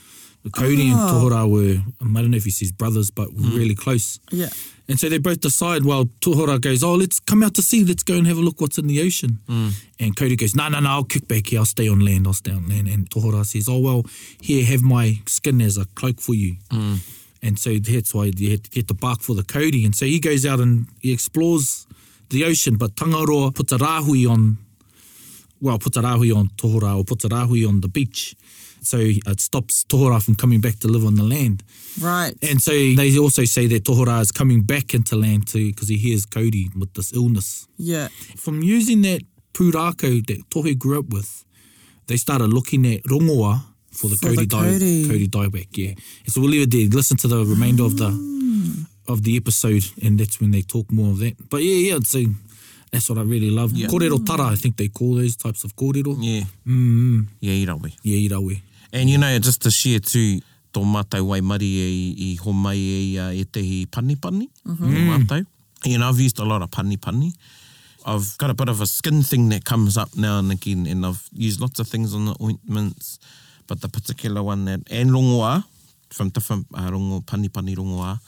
Speaker 3: The Cody
Speaker 2: Ah.
Speaker 3: and tohora were, I don't know if he says brothers, but were really close.
Speaker 2: Yeah.
Speaker 3: And so they both decide, well, Tohora goes, oh, let's come out to sea. Let's go and have a look what's in the ocean. And Cody goes, no, no, no, I'll kick back here. I'll stay on land. I'll stay on land. And Tohora says, oh, well, here, have my skin as a cloak for you. And so that's why you had to get the bark for the Cody. And so he goes out and he explores the ocean, but Tangaroa puts a rahui on, well, puts a rahui on Tohora or puts a rahui on the beach. So it stops Tohora from coming back to live on the land.
Speaker 2: Right.
Speaker 3: And so they also say that Tohora is coming back into land too because he hears Cody with this illness.
Speaker 2: Yeah.
Speaker 3: From using that pūrākau that Tohe grew up with, they started looking at rongoā for the
Speaker 2: For
Speaker 3: Cody,
Speaker 2: the Cody.
Speaker 3: Dai, Cody dieback. Yeah. And so we'll leave it there. Listen to the remainder of the of the episode and that's when they talk more of that. But yeah, yeah, so that's what I really love. Kōrero tara, I think they call those types of kōrero. Yeah,
Speaker 1: Yeah. Mm. Yeah, i rawe.
Speaker 3: yeah i rawe.
Speaker 1: And you know, just to share too, tō mātou waimari e, i ho mai e, uh, e tehi panipani, mm-hmm. mātou. You know, I've used a lot of panipani. I've got a bit of a skin thing that comes up now and again, and I've used lots of things on the ointments, but the particular one that, and rongoā, from different uh, rongo, panipani rongoā,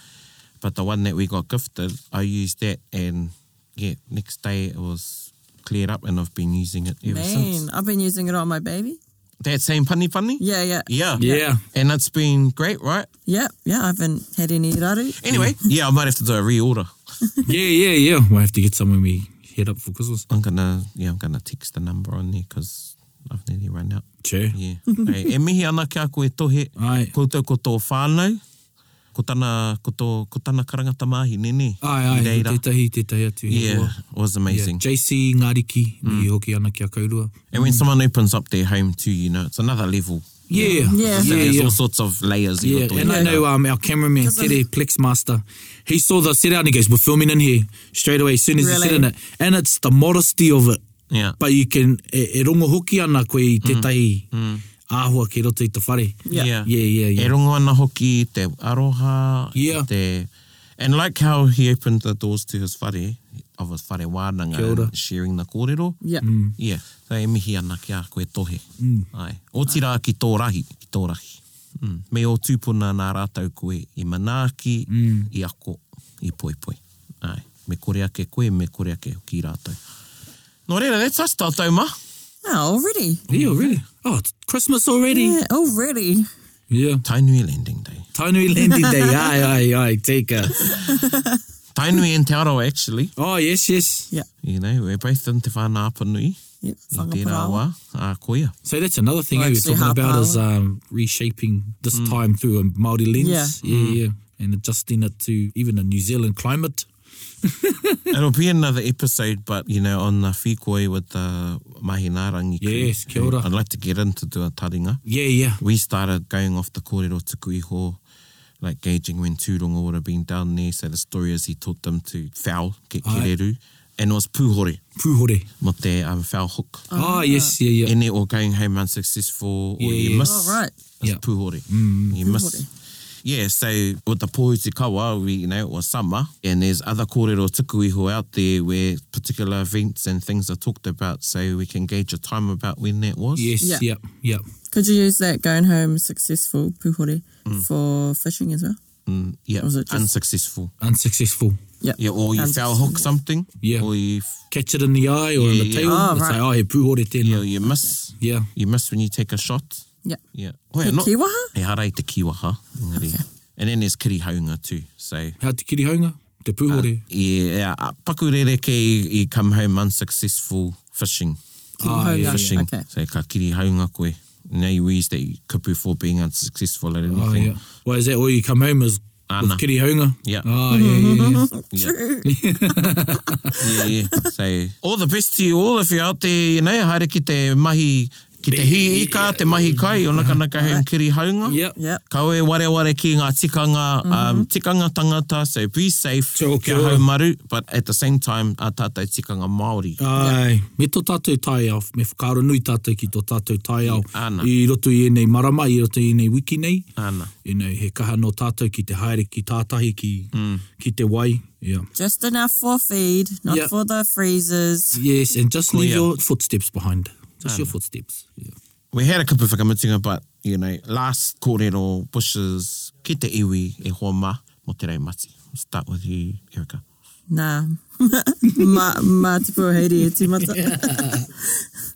Speaker 1: but the one that we got gifted, I used that, and yeah, next day it was cleared up, and I've been using it ever
Speaker 2: Man,
Speaker 1: since.
Speaker 2: I've been using it on my baby.
Speaker 1: That same panipani?
Speaker 2: Yeah, yeah.
Speaker 1: Yeah.
Speaker 3: Yeah.
Speaker 1: And that's been great, right?
Speaker 2: Yeah, yeah. I haven't had any raru.
Speaker 1: Anyway, yeah, I might have to do a reorder.
Speaker 3: Yeah, yeah, yeah. We'll have to get someone we head up for Christmas.
Speaker 1: I'm gonna, yeah, I'm gonna text the number on there because I've nearly run out.
Speaker 3: Sure.
Speaker 1: Yeah. [LAUGHS] hey, e mihi ana kia koe tohe.
Speaker 3: Ai.
Speaker 1: Koutou ko tō whānau. Ko tana, ko tō, ko tana karangata mahi, nene.
Speaker 3: Ai, ai,
Speaker 1: I reira.
Speaker 3: tētahi, tētahi atu. he
Speaker 1: Yeah,
Speaker 3: roa.
Speaker 1: it was amazing.
Speaker 3: Yeah, JC Ngariki, mm. ni hoki ana kia kaurua.
Speaker 1: and when someone opens up their home too, you know, it's another level.
Speaker 3: Yeah,
Speaker 2: Yeah.
Speaker 3: yeah,
Speaker 1: There's
Speaker 3: yeah.
Speaker 1: all sorts of layers. e
Speaker 3: Yeah,
Speaker 1: roto i
Speaker 3: and I
Speaker 1: reira.
Speaker 3: know um, our cameraman, Tere Plexmaster, he saw the set out and he goes, we're filming in here straight away as soon as he
Speaker 2: Really?
Speaker 3: said in it. And it's the modesty of it.
Speaker 1: Yeah.
Speaker 3: But you can, e, e rongo hoki ana koe i tētahi mm. āhua ki roto i te whare.
Speaker 2: Yeah.
Speaker 1: Yeah.
Speaker 3: Yeah, yeah, yeah.
Speaker 1: E rongo ana hoki, te aroha,
Speaker 3: Yeah.
Speaker 1: te... And like how he opened the doors to his whare, of his whare wānanga,
Speaker 3: Kia ora.
Speaker 1: and sharing the kōrero.
Speaker 2: Yeah.
Speaker 3: Mm.
Speaker 1: Yeah. So e mihi ana ki a koe tohe. Mm. Ai. O tira ki tō rahi, ki tō rahi. Mm. Me o tūpuna nā rātau koe i manaaki, mm. i ako, i poipoi. Ai. Me kore ake koe, me kore ake ki rātau. Nō reira, that's us tātou ma.
Speaker 2: Oh, already.
Speaker 3: Yeah, really? Oh, it's Christmas already?
Speaker 2: Yeah, already.
Speaker 3: Yeah.
Speaker 1: Tainui Landing Day.
Speaker 3: Tainui Landing Day, ai, ai, ai, tika.
Speaker 1: Tainui and Te Aroa, actually.
Speaker 3: Oh, yes, yes.
Speaker 2: Yeah.
Speaker 1: You know, we're both in te whanāpa nui.
Speaker 2: Yep.
Speaker 1: I tērā
Speaker 2: Whangaparaoa.
Speaker 1: wā, a koia.
Speaker 3: So that's another thing
Speaker 2: Or
Speaker 3: we were
Speaker 2: actually
Speaker 3: talking
Speaker 2: half
Speaker 3: about
Speaker 2: hour.
Speaker 3: is um, reshaping this
Speaker 1: Mm.
Speaker 3: time through a Māori lens. Yeah, yeah, And adjusting it to even a New Zealand climate.
Speaker 1: It'll be another episode, but, you know, on the whikoi with the mahinarangi crew.
Speaker 3: Yes, kia ora.
Speaker 1: I'd like to get into do a taringa.
Speaker 3: Yeah, yeah.
Speaker 1: We started going off the kōrero tuku iho, like gauging when Tūrongo would have been down there. So the story is he taught them to foul, get
Speaker 3: Ai.
Speaker 1: kereru. And it was puhore,
Speaker 3: Pūhore.
Speaker 1: mo te um, foul hook.
Speaker 2: Oh,
Speaker 3: Ah, yes, yeah, yeah.
Speaker 1: Ene or going home unsuccessful, or
Speaker 3: Yeah,
Speaker 1: you
Speaker 3: yeah.
Speaker 1: miss.
Speaker 2: All right.
Speaker 1: It's
Speaker 3: Yeah. Mm.
Speaker 1: puhore. You miss. Yeah, so with the Pohuti Kawa, we, you know, it was summer, and there's other kōrero tuku iho out there where particular events and things are talked about, so we can gauge a time about when that was.
Speaker 3: Yes,
Speaker 2: Yeah.
Speaker 3: yeah, yeah.
Speaker 2: Could you use that going home successful puhore for fishing as well?
Speaker 1: Mm, yeah,
Speaker 2: Was it just-
Speaker 1: unsuccessful.
Speaker 3: Unsuccessful.
Speaker 2: Yep. Um,
Speaker 1: Yeah, or you foul hook something.
Speaker 3: Yeah.
Speaker 1: Or you, f-
Speaker 3: Catch it in the eye or in
Speaker 1: Yeah,
Speaker 3: the
Speaker 1: yeah.
Speaker 3: tail.
Speaker 2: Ah,
Speaker 3: and
Speaker 2: right.
Speaker 3: Say, oh, he pūhore
Speaker 1: you,
Speaker 3: tēnā.
Speaker 1: know, you miss.
Speaker 3: Yeah.
Speaker 1: You miss when you take a shot.
Speaker 2: Yeah.
Speaker 1: Yeah. Oh, yeah,
Speaker 2: He
Speaker 1: not-
Speaker 2: kiwaha?
Speaker 1: He harai te kiwaha. Okay. And then there's kirihaunga too, so...
Speaker 3: How te kirihaunga? Te pūhore.
Speaker 1: Yeah, uh, pakurere ke i, i come home unsuccessful fishing.
Speaker 3: Ah,
Speaker 2: Kirihaunga.
Speaker 3: yeah.
Speaker 1: fishing.
Speaker 2: Okay.
Speaker 1: So ka kiri haunga koe. Nei ways that you kupu for being unsuccessful at anything.
Speaker 3: Oh, yeah. Well, is that all you come home is with
Speaker 1: Ah. Ana.
Speaker 3: kirihaunga?
Speaker 1: Yeah.
Speaker 3: Oh, yeah, yeah,
Speaker 2: [LAUGHS]
Speaker 3: yeah.
Speaker 1: [LAUGHS] Yeah. yeah, yeah. So, all the best to you all if you're out there, you know, haere ki te mahi Ki te hi ika, te mahi kai, o nakanaka he kiri haunga.
Speaker 3: Yep.
Speaker 2: Yep.
Speaker 1: Kawe ware ware ki ngā tikanga, um, tikanga tangata, so be safe,
Speaker 3: Tō
Speaker 1: kia
Speaker 3: kia ora.
Speaker 1: haumaru, but at the same time, a tātou tikanga Māori.
Speaker 3: Ai, me tō tātou tai au, me whakaaro nui tātou ki tō tātou tai au.
Speaker 1: Ana.
Speaker 3: I roto i enei marama, i roto i enei wiki nei.
Speaker 1: Ana.
Speaker 3: You know, he kaha no tātou ki te haere, ki tātahi, ki, mm. ki te wai. Yeah.
Speaker 2: Just enough for feed, not
Speaker 3: Yeah.
Speaker 2: for the freezers.
Speaker 3: Yes, and just leave
Speaker 1: Clear.
Speaker 3: your footsteps behind. Just your footsteps. Yeah.
Speaker 1: We had a couple of whakamitinga, but, you know, last kōrero, bushes, ki te iwi e hoa mā, mō te reimati. I'll start with you, Erica.
Speaker 2: Nah. [LAUGHS] ma, ma te puaheiri e tīmata.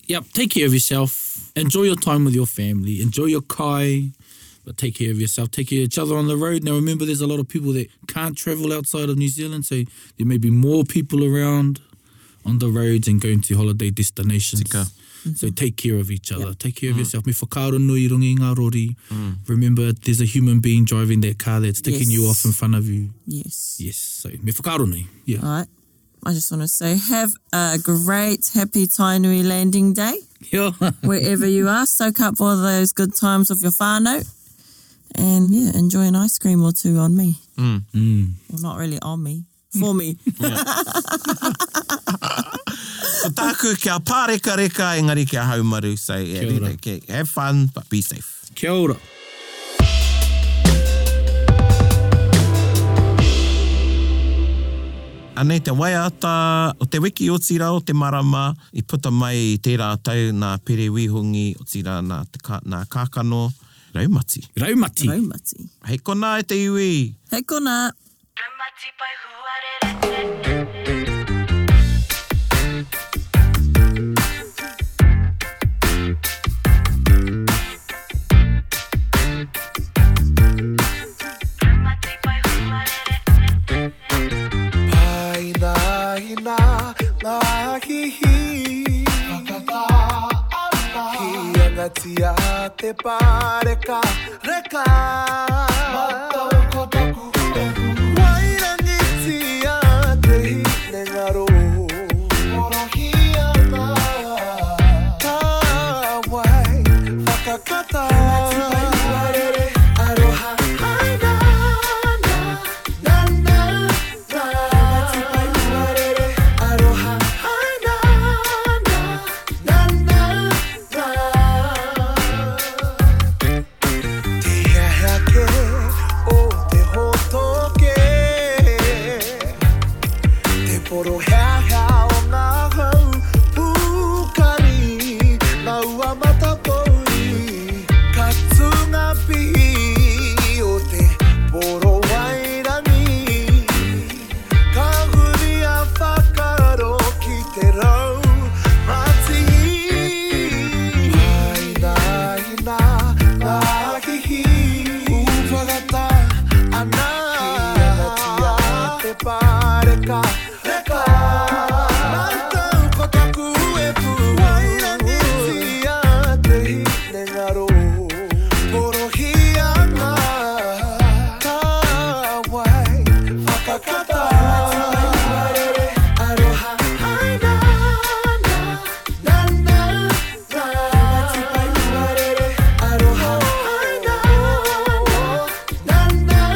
Speaker 3: Yep, take care of yourself. Enjoy your time with your family. Enjoy your kai. But take care of yourself. Take care of each other on the road. Now, remember, there's a lot of people that can't travel outside of New Zealand. So there may be more people around on the roads and going to holiday destinations. So take care of each other. Take care of yourself. Me whakaaro nui rungi ngā rori. Remember, there's a human being driving that car that's taking you
Speaker 2: Yes.
Speaker 3: off in front of you.
Speaker 2: yes.
Speaker 3: Yes. So me whakaaro nui. Yeah.
Speaker 2: All right. I just want to say have a great, happy Tainui Landing Day
Speaker 3: yeah.
Speaker 2: wherever you are. Soak up all those good times of your whānau. And yeah, enjoy an ice cream or two on me. Well, not really on me, for me.
Speaker 1: Ko tāku kia pāreka reka, engari kia haumaru, so yeah,
Speaker 3: Kia ora.
Speaker 1: kia, have fun, but be safe.
Speaker 3: Kia ora.
Speaker 1: Anei te waiata, o te wiki o tira o te marama, i puta mai i tērā tau nā pere wihungi o tira nā, te ka, nā kākano raumati.
Speaker 3: Raumati.
Speaker 2: Raumati.
Speaker 1: Hei kona e te iwi.
Speaker 2: Hei kona.
Speaker 9: Aina, aina, mahihi Ki anga tia te pāreka reka Matau ko taku Wairangi tia te hine ngaro Morohia na Tāwai whakakata Aroha aina, na, na, na Poro wairangi Ka huri a whakaro ki te rau mati. Aina, aina, mahihi. Uwhakata ana. Ki ana tia te pāreka reka. Mātou ko taku e pū. Wairangi tia te hine ngaro. Porohi ana. Tāwai whakakata. Aroha, aina, na, na, na. Aroha, aina, na, na, na.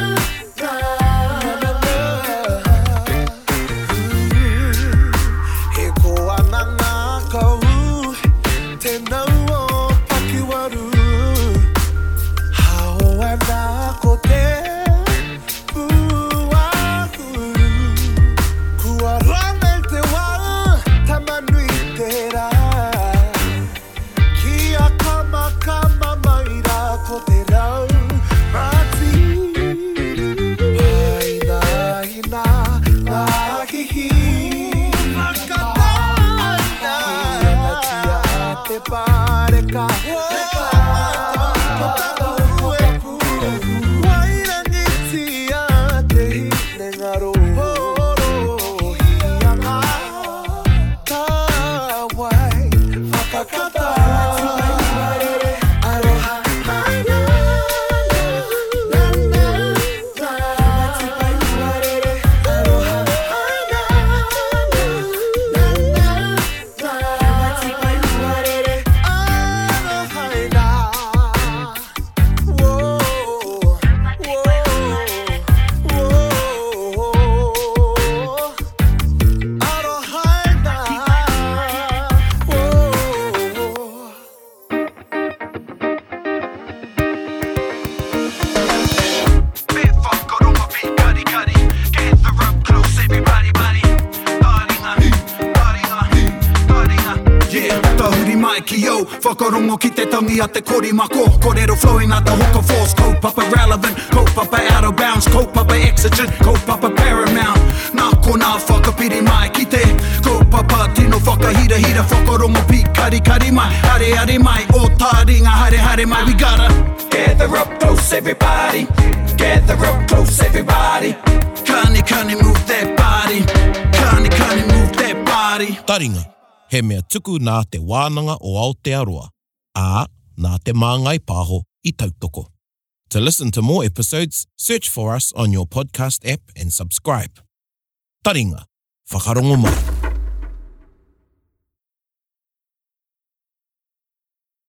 Speaker 4: Whakarongo ki te tangi a te korimako Kōrero flowing a te hoka force Kaupapa relevant, kaupapa out of bounds Kaupapa exigent, kaupapa paramount Nā ko nā whakapiri mai ki te Kaupapa tino whakahira hira Whakarongo pi kari kari mai Hare hare mai, o tā ringa hare hare mai We gotta gather up close everybody Gather up close everybody Kani kani move that body Kani kani move that body
Speaker 1: Taringa, he mea tuku nā te wānanga o Aotearoa, ā nā te māngai pāho i tautoko. To listen to more episodes, search for us on your podcast app and subscribe. Taringa, whakarongo mai.